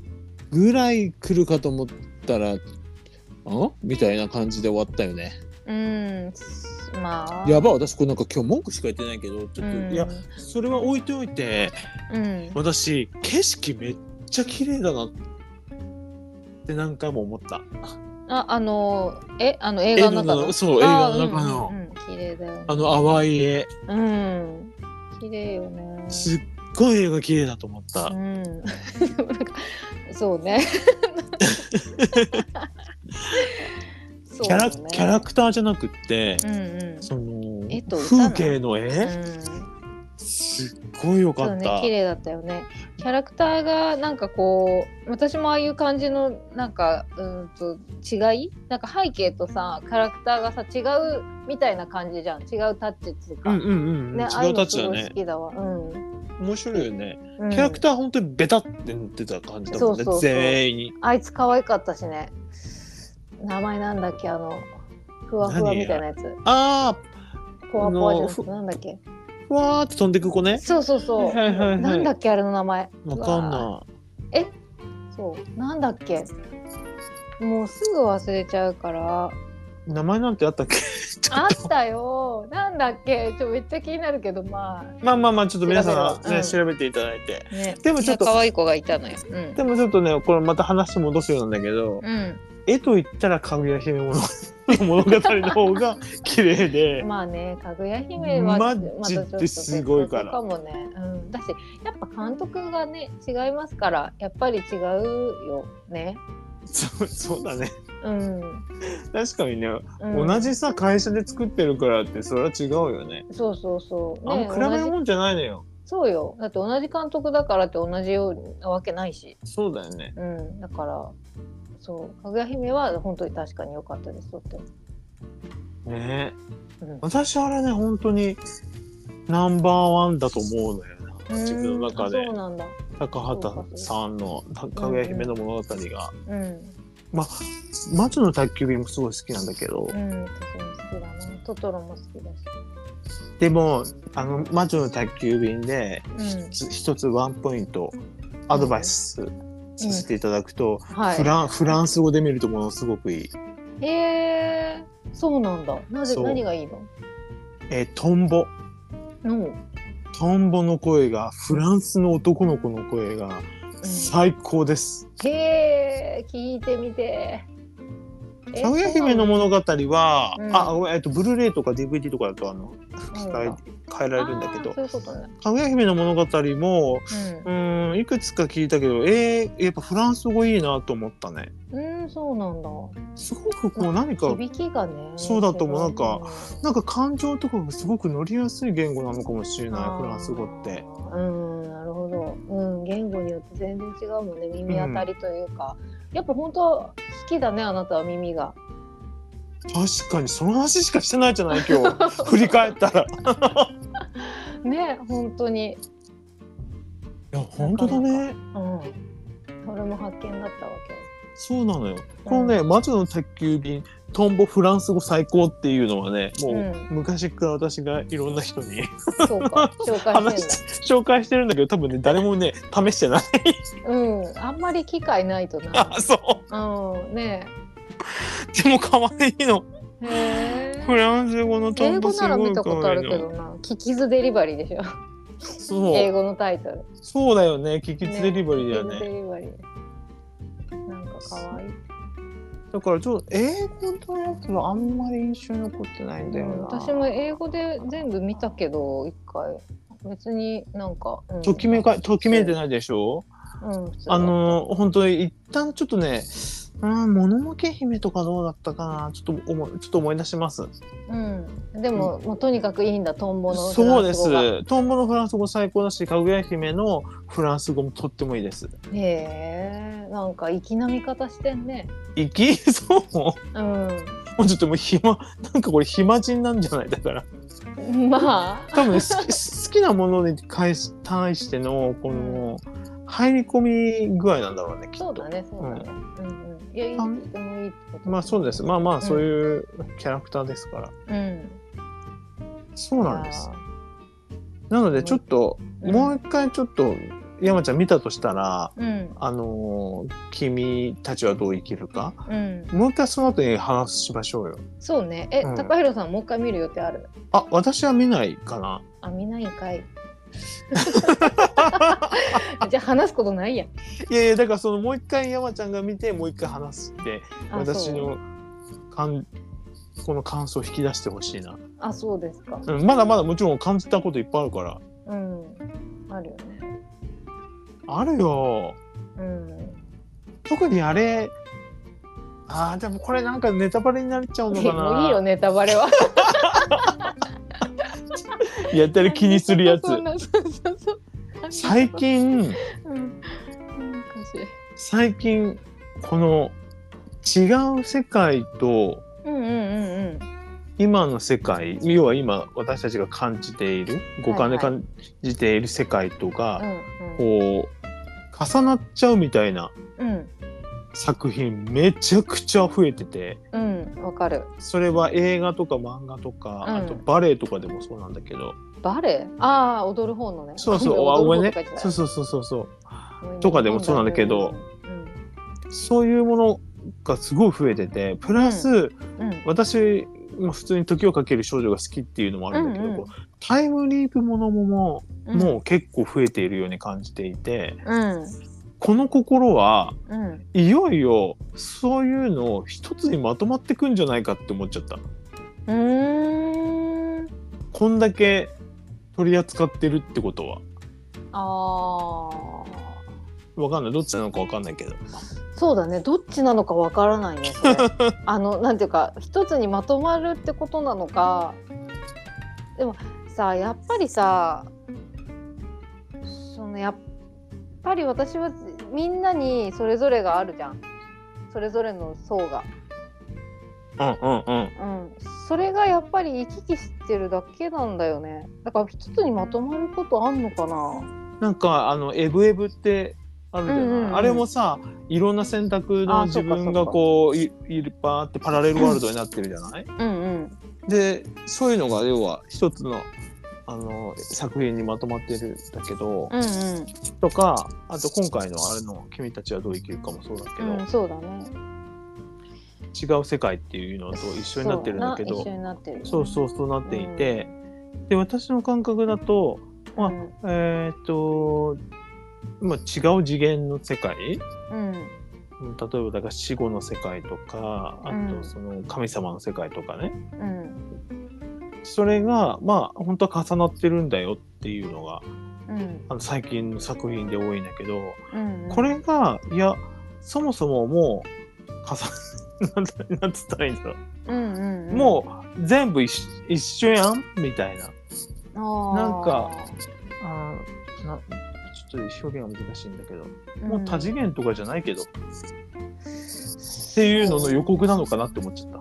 A: ぐらい来るかと思ったら、んみたいな感じで終わったよね。
B: うんすまあ
A: やばい、私これなんか今日文句しか言ってないけど、ちょっと、
B: うん
A: いや、それは置いておいて、
B: うん
A: 私景色めっちゃ綺麗だなって何回も思った。
B: ああのえあの映画の中の
A: そう映画の中の、
B: あーうんうんうん綺麗だよね
A: あの淡い絵
B: うん綺麗よね
A: すっごい絵が綺麗だと思った。
B: うん、 (laughs) でもなんかそうね。そ
A: (laughs)
B: う
A: キャラ
B: ね
A: キャラクターじゃなくって、
B: うんうん。
A: その
B: 絵と歌な
A: 風景の絵、
B: うん、
A: すっごい良
B: そ
A: か
B: う
A: っ
B: ね
A: た。
B: 綺麗だったよねキャラクターがなんかこう私もああいう感じのなんかうんと違いなんか背景とさキャラクターがさ違うみたいな感じじゃん違うタッチっていう
A: う
B: か、
A: んうんうん、
B: ね
A: 違
B: ああいう
A: うタッ
B: の
A: チ
B: す
A: だ
B: ごい
A: ね
B: 好。きだわ、うん
A: 面白いよね。
B: うん、
A: キャラクター本当にベタって塗ってた感じだもんね。
B: そうそうそう
A: 全員に。
B: あいつ可愛かったしね。名前なんだっけあのふわふわみたいなやつ。
A: あ
B: ポワポワじゃなくて
A: あ
B: なんだっけ。
A: あ、ふわーって飛んでく子ね。
B: そうそうそう。
A: はいはいはいはい
B: なんだっけあれの名前。
A: わかん
B: うわ
A: な
B: ー。そうなんだっけ。もうすぐ忘れちゃうから。
A: い。名前なんてあったっ
B: (laughs)
A: け。ちょ
B: あ
A: っと
B: ったよ。なんだっけ。ちょめっちゃ気になるけどま
A: まあまあまあ、ちょっと皆さ
B: 調べ
A: ん
B: るわう
A: ね、
B: ん
A: 調べていただいて。
B: あね。
A: でもちょっと
B: 可愛い子がいたのよ。うん
A: で。もちょっとね、これまた話戻すようなんだけど、
B: う
A: 絵と言ったらかぐや姫物語物語の方が綺麗で
B: ん、。まあね、かぐや姫は
A: マジ
B: またちょっと別
A: ですごいから
B: かもね、うん、だしやっぱ監督がね違いますからやっぱり違うよね。
A: そうそうだね。
B: うん
A: 確かにね、
B: うん、
A: 同じさ、会社で作ってるからって、それは違うよね。
B: そうそうそう、
A: あん
B: ね、
A: ま比べる
B: 同じ
A: もんじゃないのよ。
B: そうよだって同じ監督だからって同じようなわけないし、
A: そうだよね。
B: うん、だからそうかぐや姫は本当に確かに良かったですとっても、
A: ね
B: うん、
A: 私あれね、本当にナンバーワンだと思うのよな。自分の中
B: うん
A: で
B: あそう。なんだ
A: 高畑さんの「かぐや姫の物語が」
B: うん
A: まあ「魔女の宅急便」もすごい好きなんだけど、
B: うん私も好きだなトトロも好きだ
A: でもあの「魔女の宅急便で
B: し、うん、
A: 一つ」一つワンポイントアドバイスさせていただくと、
B: は
A: フランフランス語で見るとものすごくいい。
B: いへえそうなんだなぜ
A: そう
B: 何がいいの
A: えートンボ
B: の、
A: トンボの声がフランスの男の子の声が
B: う
A: 最高です。
B: ん、へえ聞いてみてえ
A: かぐや姫の物語は、
B: うん
A: あごめんえっとブルーレイとか DVD とかだとあの
B: そ
A: 変
B: うな
A: え
B: んだ
A: 変えられるんだけ
B: あー
A: ど
B: そういうことね、
A: 「かぐや姫の物語も」
B: うん
A: うーんいくつか聞いたけどえー、やっぱフランス語いいなと思ったね
B: うん、そうなんだ。
A: すごくこう何か
B: 響きがね。
A: そうだと思うなんか
B: す
A: なんか感情とかがすごく乗りやすい言語なのかもしれ
B: ごい、
A: ないフランス語って
B: あー。うん、なるほど。うん、言語によって全然違うもんね。耳当たりというか。やっぱ本当好きだね、あなたは耳が。
A: 確かにその話しかしてないじゃない今日
B: (laughs)
A: 振り返ったらい
B: ね、本当に。
A: や本当だね
B: うん。それも発見だったわ
A: そうなのよこのね「魔女の宅急便」トンボフランス語最高っていうのはねもう
B: うん
A: 昔から私がいろんな人に
B: け。そ
A: (laughs)
B: うか、紹介
A: 話
B: して
A: 紹
B: んだ。
A: 介してるんだけど多分ね誰もね試してない (laughs)
B: うん、あんまり機会ないとな
A: あ。そう
B: うん、ね。
A: でも可愛いの。
B: へえ。
A: フランス語のト
B: 英
A: ンボ
B: 語
A: す
B: なら
A: ご
B: 見
A: い
B: たこと
A: 可
B: あ
A: 愛い
B: るけど
A: の。
B: な。聞きずデリバリーでしょ。
A: そ
B: 英
A: う。
B: 語のタイトル。
A: そうだよね。キキツデリバリーだよね。
B: デリバリー。なんか可愛い。
A: だからちょっと英語のやつはあんまり印象に残ってないんだよな。
B: 私も英語で全部見たけど、一回。別になんか。うん
A: ときめかときめいてないでしょ。
B: うん、普通だ
A: あ、の本当に一旦ちょっとね。ううん、もののけ姫とかどうだったかな、ちょっと思い、ちょっと思い出します。
B: うん、でも、もうとにかくいいんだトンボの
A: そうで
B: フランス語が
A: す。トンボのフランス語最高だし、かぐや姫のフランス語もとってもいいです。
B: へえなんか粋な見方してんね
A: いきそう。も
B: う
A: うちょっともう暇、なんかこれ暇人なんじゃないだから。
B: んまあ
A: 多分ね、好き (laughs) 好きなものに対し対しての、この、入り込み具合なんだろうね、きっと。
B: そうだねそうだね、うんうん、いやいいと
A: うん
B: てもいいってこと
A: まあそうです。まあまあ、
B: ん
A: そういうキャラクターですから。
B: うん
A: そう
B: そ
A: なんです。なので、ちょっと、もう一回ちょっと、山ちゃん見たとしたら、
B: うん
A: あのー君たちはどう生きるか
B: うん
A: もう一回その後に話しましょうよ。
B: そうねえ、
A: うん
B: 高弘さんもう一回見る予定ある
A: あ、私は見ないかな。
B: あ見ないん
A: (laughs)
B: かいじゃあ話すことないやん
A: いやいや、だからそのもう一回山ちゃんが見て、もう一回話すって、
B: あ
A: 私
B: そう
A: の感、この感想を引き出してほしいな。
B: あそうですか
A: うん、まだまだもちろん感じたこといっぱいあるから。
B: うんあるよね
A: あるよ。
B: うん
A: 特にあれ、ああ、でもこれなんかネタバレになっちゃうの
B: も
A: か
B: う
A: な。
B: いいよネタバレは
A: やったら気にするやつ。
B: (laughs) そんなそうそうそう
A: 最近、
B: うんうんおかしい
A: 最近、この違う世界と、
B: うんうんうん
A: 今の世界要は今私たちが感じている五感で
B: はいは
A: 感じている世界とか、
B: うんうん
A: こう重なっちゃうみたいな
B: うん
A: 作品めちゃくちゃ増えてて
B: うんわかる
A: それは映画とか漫画とか、
B: うん
A: あとバレエとかでもそうなんだけど
B: バレエああ踊る方のね
A: そうそうあ
B: ご
A: ご
B: め
A: めん
B: ん
A: ね
B: なさい
A: そうそうそうそうそう
B: ごめんね
A: とかでもそうなんだけど
B: うん
A: そういうものがすごい増えててプラス、
B: うん
A: 私まあ普通に時をかける少女が好きっていうのもあるんだけど、
B: うんうん
A: こうタイムリープものもも
B: ん
A: もう結構増えているように感じていて、
B: うん
A: この心は
B: うん
A: いよいよそういうのを一つにまとまってくんじゃないかって思っちゃった
B: うーん
A: こんだけ取り扱ってるってことは
B: あ
A: わかんないどっちなのかわかんないけど
B: ーそうだねどっちなのかわからないね
A: (laughs)
B: それあのなんていうか一つにまとまるってことなのかでもさやっぱりさそのやっぱり私はみんなにそれぞれがあるじゃんそれぞれの層が。
A: うんうんうん
B: うん、それがやっぱり行き来してるだけなんだよねだから一つにまとまることあんのかな
A: なんかあの「エブエブ」ってあるじゃない、
B: うんうんうん
A: あれもさいろんな選択の
B: あそ
A: 自
B: っかそっか
A: 分がこういいるパーってパラレルワールドになってるじゃない
B: うんうん
A: でそういうのが要は一つのあの作品にまとまってるんだけど、
B: うん
A: とかあと今回のあれの「君たちはどう生きるか」もそうだけど、
B: うんうんそうだね
A: 違う世界っていうのと一緒になってるんだけど
B: そうな一緒になってる
A: そうそうそうなっていて、で私の感覚だとまあ
B: うん
A: えっ、と、まあ、違う次元の世界例え
B: うん
A: ばだから死後の世界とかあ
B: う
A: と
B: ん
A: その神様の世界とかね、
B: うん
A: それがまあ本当は重なってるんだよっていうのが
B: うん
A: あの最近の作品で多いんだけど、
B: うん
A: これがいやそもそももう重ななんなんつったらいいんだろう
B: うんうんうん
A: もう全部一緒一緒やんみたいな。
B: あー
A: なんかあーなちょっと表現が難しいんだけど、もう多次元とかじゃないけどっていうのの予告なのかなって思っちゃった。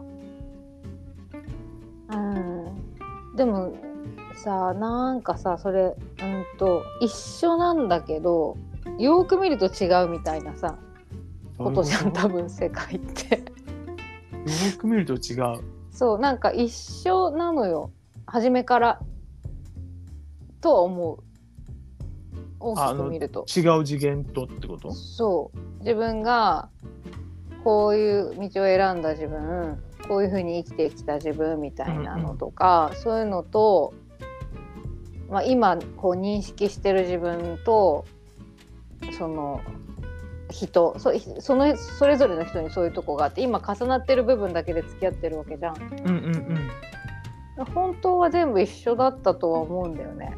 B: うんでもさなんかさそれうんと一緒なんだけどよーく見ると違うみたいなさことじゃん多分世界って。
A: よく見ると違う。
B: そうなんか一緒なのよ初めからとは思う大
A: ああ
B: きく
A: の
B: 見ると
A: 違う次元とってこと
B: そう自分がこういう道を選んだ自分こういうふうに生きてきた自分みたいなのとか、そういうのと、まあ、今こう認識してる自分とその人そそのそれぞれの人にそういうとこがあって今重なってる部分だけで付き合ってるわけじゃん。
A: うんうんうん。
B: 本当は全部一緒だったとは思うんだよね。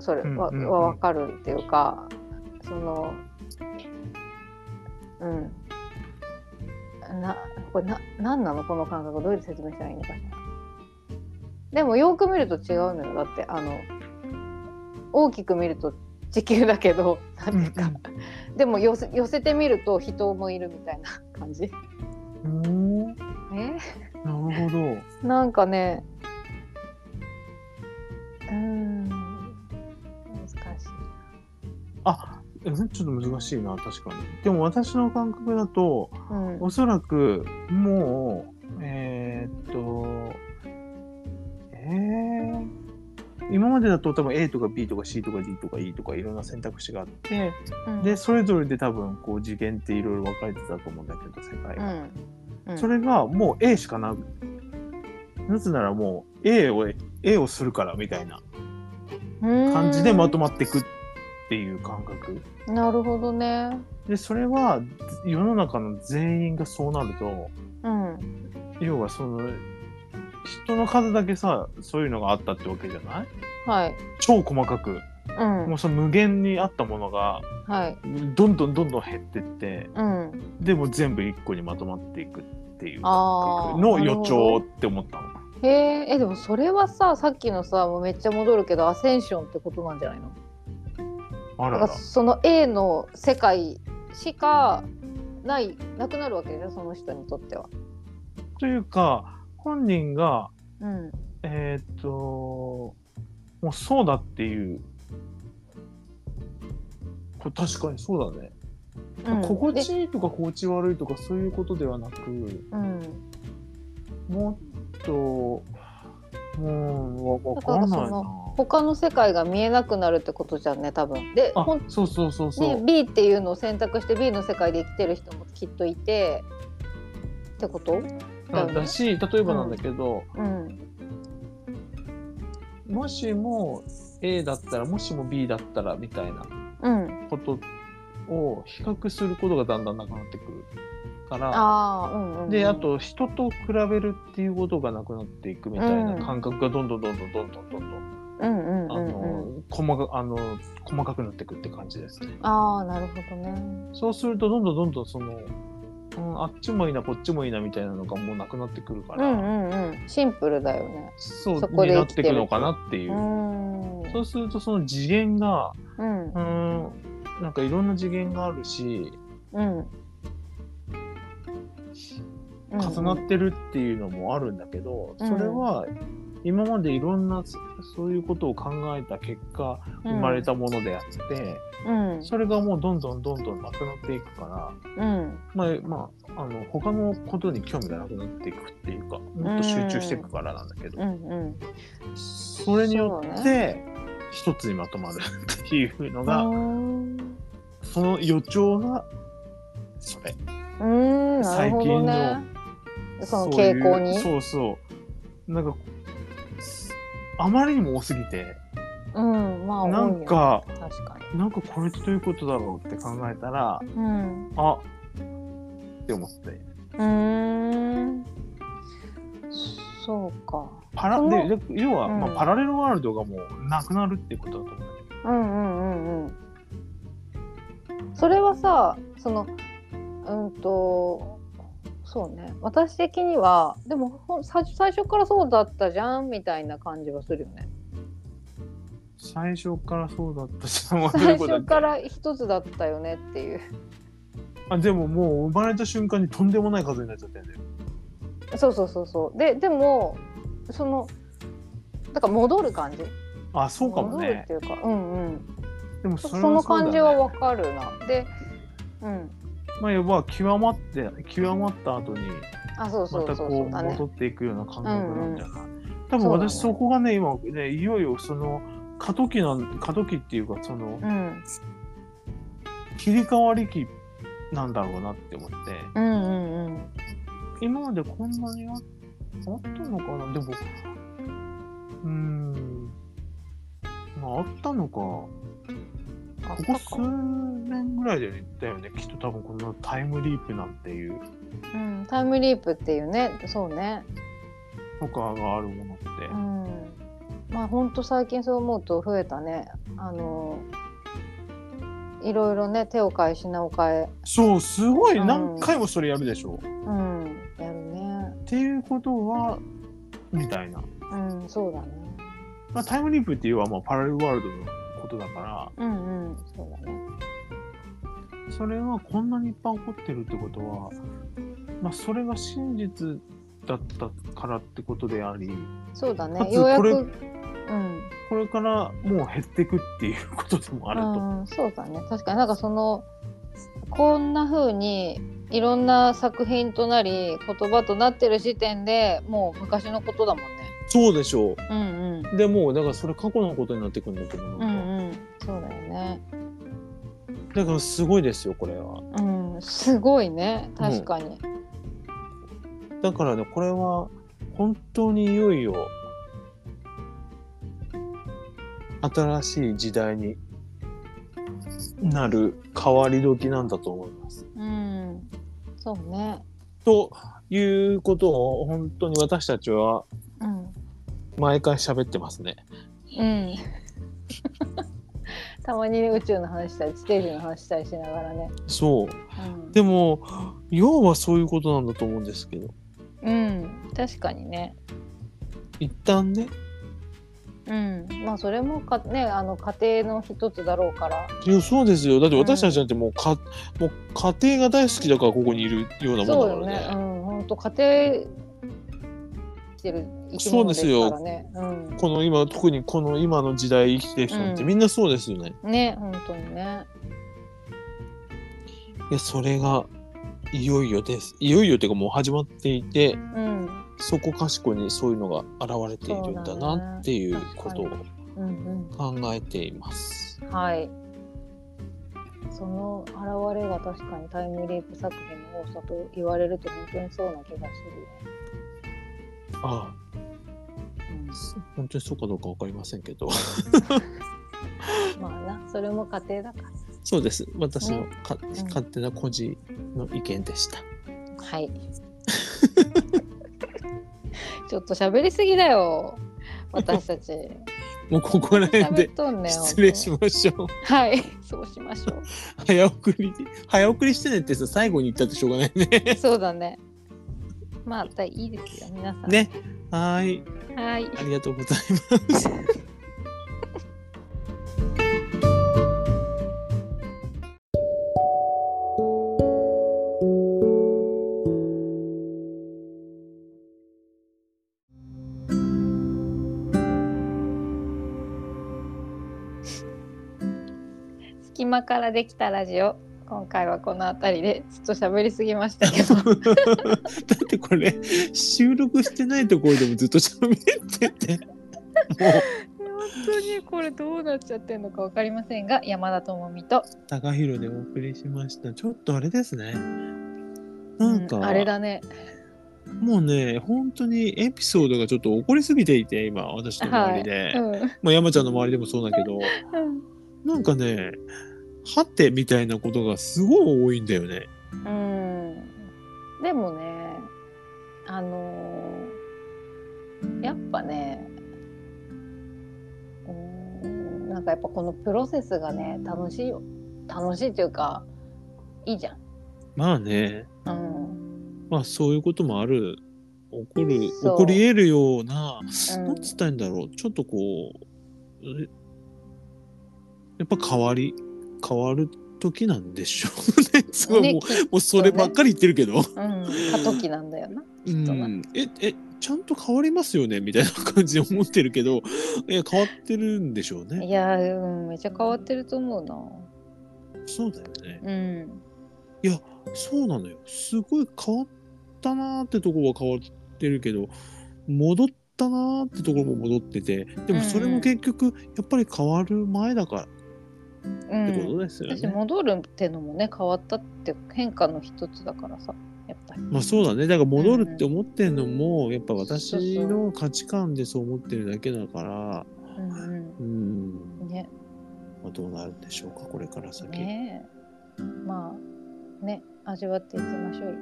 B: それは,、
A: うんうんうん
B: は分かるっていうかそのうんなこれな何なのこの感覚どうやって説明したらいいのかしらでもよく見ると違うのよだってあの大きく見ると地球だけどなんていうか、でも寄せ寄せてみると人もいるみたいな感じ
A: うんな
B: え
A: るほど。
B: なんかね、うーん、難しい。
A: えちょっと難しいな、確かに。でも私の感覚だと、
B: うん、
A: おそらく、もう、えーっと、えー、今までだと多分 A とか B とか C とか D とか E とかいろんな選択肢があって、
B: うん
A: で、、それぞれで多分、こう、次元っていろいろ分かれてたと思うんだけど、世界
B: う
A: が。
B: ん、うん
A: そ、れがもう A しかなくなぜならもう A を A をするからみたいな感じでまと
B: ま
A: まっていくっていう感覚
B: なるほどね。
A: でそれは世の中の全員がそうなると
B: うん、
A: 要はその人の数だけさそういうのがあったってわけじゃない
B: はい、
A: 超細かく
B: うん
A: も、うその無限にあったものが
B: はい、
A: どんどんどんどん減ってって
B: うん、
A: でも全部一個にまとまっていくっていう感
B: あ
A: 覚
B: あ、
A: の予
B: なるほど
A: 兆って思ったの。
B: へえ、え、でもそれはさ、さっきのさ、もうめっちゃ戻るけど、アセンションってことなんじゃないの？
A: あら
B: なん
A: ら
B: かその A の世界しかないなくなるわけでしょ、その人にとっては。
A: というか本人が
B: うん、
A: えーっともうそうだっていうこれ確かにそうだね、
B: うん
A: 心地いいとか心地悪いとかそういうことではなく
B: でうん、
A: もっともうわわからないな
B: 他の世界が見えなくなるってことじゃんね、多分。で、
A: あ
B: ほん
A: そうそうそうそう、
B: ね、B っていうのを選択して B の世界で生きてる人もきっといてってことだ
A: な
B: よ
A: んだ
B: ね。
A: し例えばなんだけど、
B: うん、
A: もしも A だったらもしも B だったらみたいな
B: うん、
A: ことを比較することがだんだんなくなってくるから
B: ああ、うんうんうん、
A: であと人と比べるっていうことがなくなっていくみたいな感覚がどんどんどんどんどんどんどんどん
B: うんうん
A: あ
B: うんうん
A: の細かあの細かくなっていくって感じですね。
B: ああなるほどね。
A: そうするとどんどんどんどんその、うん、あっちもいいなこっちもいいなみたいなのがもうなくなってくるか
B: う
A: ら、
B: んうんうんシンプルだよね。
A: そう
B: そこで
A: にな
B: 生
A: っ
B: き
A: て
B: て
A: い
B: る
A: くのかなっていう
B: ー
A: う。
B: ん
A: そうするとその次元が
B: うん
A: うんなんかいろんな次元があるし
B: うんうん
A: 重なってるっていうのもあるんだけど、
B: うん
A: それは今までいろんなそそういうことを考えた結果
B: うん
A: 生まれたものであって、
B: うん
A: それがもうどんどんどんどんなくなっていくから、
B: うん
A: まあまあ、あの他のことに興味がなくなっていくっていうかもっと集中していくからなんだけど、
B: うんうん
A: それによ
B: そ
A: っ
B: う
A: て一つにまとまるっていうのが、
B: うーん
A: その予兆がそれ
B: うーんなるほどね
A: 最。う
B: その
A: いう
B: 傾向に。
A: そうそうなんかあまりにも多すぎて
B: うんまあ多い
A: な
B: よね
A: んか
B: 確か
A: なんかこれってどういうことだろうって考えたら
B: に。うん
A: あって思って
B: うーんそうか。
A: パラ
B: その
A: でで要は、
B: うん
A: まあ、パラレルワールドがもうなくなるってことだと思うんだけど
B: うんうんうんうん。それはさ、その、うんと、そうね。私的には、でもほん最初最初からそうだったじゃんみたいな感じはするよね。
A: 最初からそうだったしまあどうい
B: 最
A: うことだっ
B: 初
A: け
B: から一つだったよねっていう。
A: あでももう生まれた瞬間にとんでもない数になっちゃってんだよ
B: そうそうそうそう。で、でも、その、だから戻る感じ。
A: あそうかも
B: 戻るっ
A: ね
B: ていうか、うんうん。
A: でもそ
B: そ
A: れ
B: の
A: はそうだ
B: 感
A: ね
B: じはわかるな。で、うん。
A: まあ要は極まって極まった後に
B: あ、そうそ
A: また
B: うそう
A: こ
B: そううだね。
A: 戻っていくような感覚なんじゃない、多分
B: そうだね
A: 私そこがね今ねいよいよその過渡期なん過渡期っていうかその
B: うん、
A: 切り替わり期なんだろうなって思って
B: うんうんうん
A: 今までこんなにああったのかなでもうーんまああったのかこ
B: あそっ
A: こ
B: か
A: 数年ぐらいで言ったよねきっと多分このタイムリープなんていう
B: うん、タイムリープっていうねそうね、
A: とかがあるものって、
B: うん、まあほんと最近そう思うと増えたねあのいろいろね手を変え品を変え
A: そうすごい
B: うん
A: 何回もそれやるでしょ、
B: うんやるね
A: っていうことはみたいな、
B: うんそうだね
A: まあ、タイムリープっていうのはまあパラレルワールドのことだか
B: うんうんそうだね
A: らそれはこんなにいっぱい起こってるってことは、まあ、それが真実だったからってことであり
B: そうだ
A: か
B: ね
A: つ
B: ようや
A: こ
B: く
A: れ
B: うん
A: これからもう減っていくっていうことでもあると。
B: うん、そうだね確かになんかそのこんな風にいろんな作品となり言葉となってる時点でもう昔のことだもんね
D: そうでしょ
B: うん
D: う。でもうだからそれ過去のことになってくるんだと思う
B: うんう。んうんそうだよね
D: だからすごいですよこれは。
B: うんすごいね確かに、
D: だからねこれは本当にいよいよ
A: 新しい時代になる変わり時なんだと思います。
B: うん、そうね
A: ということを本当に私たちは
B: うん
A: 毎回喋ってますね。
B: うん (laughs) たまにね宇宙の話したり地底人の話したりしながらね、
A: そう。でも要はそういうことなんだと思うんですけど
B: うん、うん、確かにね
A: 一旦ね
B: うん、まあそれもかねあの家庭の一つだろうから
A: いやそうですよだって私たちなんてもうか、もう家庭が大好きだからここにいるようなも
B: そうん
A: だ
B: よ
A: か
B: ね
A: ら
B: う
A: ね。
B: ん本当家庭してる生き物ですからねうん
A: この今特にこの今の時代生きてる人なんて
B: うん
A: みんなそうですよね。
B: ね本当にね
A: いやそれがいよいよですいよいよっていうかもう始まっていて
B: うん
A: そこかしこにそういうのが現れているんだ
B: そうだね
A: なっていうことを
B: うん
A: 考えています。
B: うんはいその現れが確かにタイムリープ作品の多さと言われると本当にそうな気がす
A: あ
B: るよね、
A: あ本当にそうかどうかわかりませんけど (laughs)
B: うん、まあなそれも家庭だか
A: そうです私の
B: ね
A: か、勝手な個人の意見でした。
B: らはい (laughs) ちょっと喋りすぎだよ私たち。
A: もうここら辺
B: 喋
A: で
B: っとんねん
A: 失礼しましょう。
B: はい、そうしましょ
A: 早送り早送りしてねってさ最後に言ったってしょうがない
B: (laughs)
A: ね。
B: う。そうだね。まあ、だいいですよ、皆さん。
A: ねはーい
B: はい。
A: ありがとうございます。
B: 隙間からできたラジオ。今回はこのあたりで、ちょっと喋りすぎましたけど。
A: (laughs) だってこれ収録してないところでもずっと喋っててもう
B: 本当にこれどうなっちゃってるのかわかりませんが、山田智美と。
A: 高弘でお送りしましたちょっとあれですねなんか、
B: うあれだね。
A: もうね本当にエピソードがちょっと起こりすぎていて今私の周りで、
B: うん。う
A: まあ、山ちゃんの周りでもそうだけど
B: ん
A: なんかねはてみたいなことがすごい多いんだよね
B: うん。でもね。あのーやっぱね。うーんなんかやっぱこのプロセスがね楽しいよ楽しいというかいいじゃ
A: まあね
B: ん、うん
A: まあ (laughs) そういうこともある起こる起
B: そう
A: こり得るような
B: うん
A: なんつったらいいんだろうちょっとこうえやっぱ変わり変わる時なんでしょうね (laughs) すごい
B: ね
A: もう,、
B: きっとね
A: もうそればっかり言ってるけど、
B: うん、過渡期なんだよな
A: う
B: っとなん
A: ええちゃんと変わりますよねみたいな感じで思ってるけど (laughs) いや変わってるんでしょう
B: い
A: ね
B: やー、うん、めっちゃ変わってると思う
A: そうだよね
B: なうん
A: そうなのよすごい変わったなーってとこは変わってるけど戻ったなーってところも戻っててでもそれも結局やっぱり変わる前だから
B: う
A: ってこと
B: ん
A: ですよね、
B: 私戻るってのもね変わったって変化の一つだからさやっぱり
A: まあそうだねだから戻るって思ってるのもやっぱ
B: そうそ
A: 私
B: う
A: の価値観でそう思ってるだけだから
B: うん
A: うん、
B: うんね
A: まあ、どうなるんでしょうかこれから先、
B: ねえまあね味わっていきましょうよ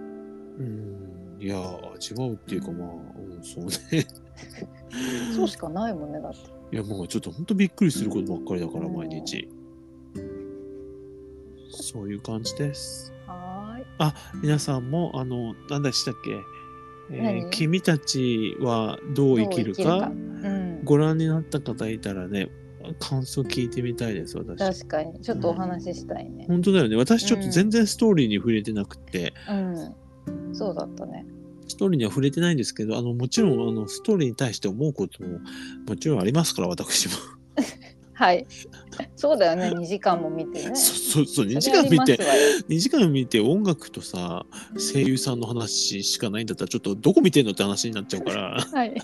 A: うんいや味わうっていうかまあ、うん、そうね
B: そうしかないもんねだって
A: いやもうちょっとほんとびっくりすることばっかりだから毎日そういう感じです。
B: はーい。
A: 皆さんも、あの、なんだしたっけ、えー
B: 何
A: 君たちはどう生きるか
B: どううん。
A: ご覧になった方いたらね、感想聞いてみたいです、私。
B: 確かに。ちょっとお話ししたいね。
A: 本当だよね。私ちょっと全然ストーリーに触れてなくて、
B: うん。そうだったね。
A: ストーリーには触れてないんですけど、あの、もちろん、あの、ストーリーに対して思うことも、もちろんありますから、私も。 (laughs)
B: はい。そうだよね。2時間も見てね。
A: そうそうそう、2時
B: それあ
A: 間
B: り
A: 見
B: ます
A: て、
B: わよ
A: 2時間見て音楽とさ、声優さんの話しかないんだったら、ちょっとどこ見てんのって話になっ
B: (laughs)
A: ちゃうから、
B: はい。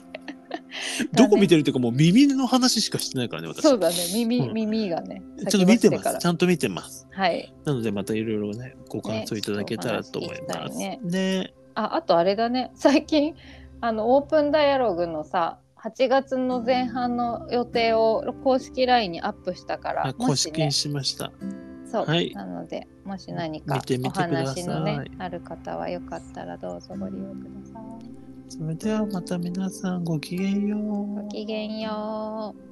A: どこ見てるっていうかもう耳の話しかしてないからね、 (laughs) 私。ち
B: そ
A: ょ
B: うだね。耳、
A: うん
B: 耳がね。
A: っと見て
B: 先走
A: ま
B: っから
A: す。ちゃんと見てます。
B: はい。
A: なので、またいろいろね、ご感想いただけたらと思い
B: ねちょっと
A: ま
B: お話聞き
A: す。
B: たいね
A: ね
B: ああとあれだね最近あのオープンダイアログのさ8月の前半の予定を公式 LINE にアップしたから、
A: あ
B: も
A: 公
B: し
A: 式
B: ね
A: にしました。
B: そう、
A: はい
B: なのでもし何か
A: 見てみ
B: お
A: てください
B: 話のねある方はよかったらどうぞご利用ください。
A: それではまた皆さんごきげんよう。
B: ごきげんよう。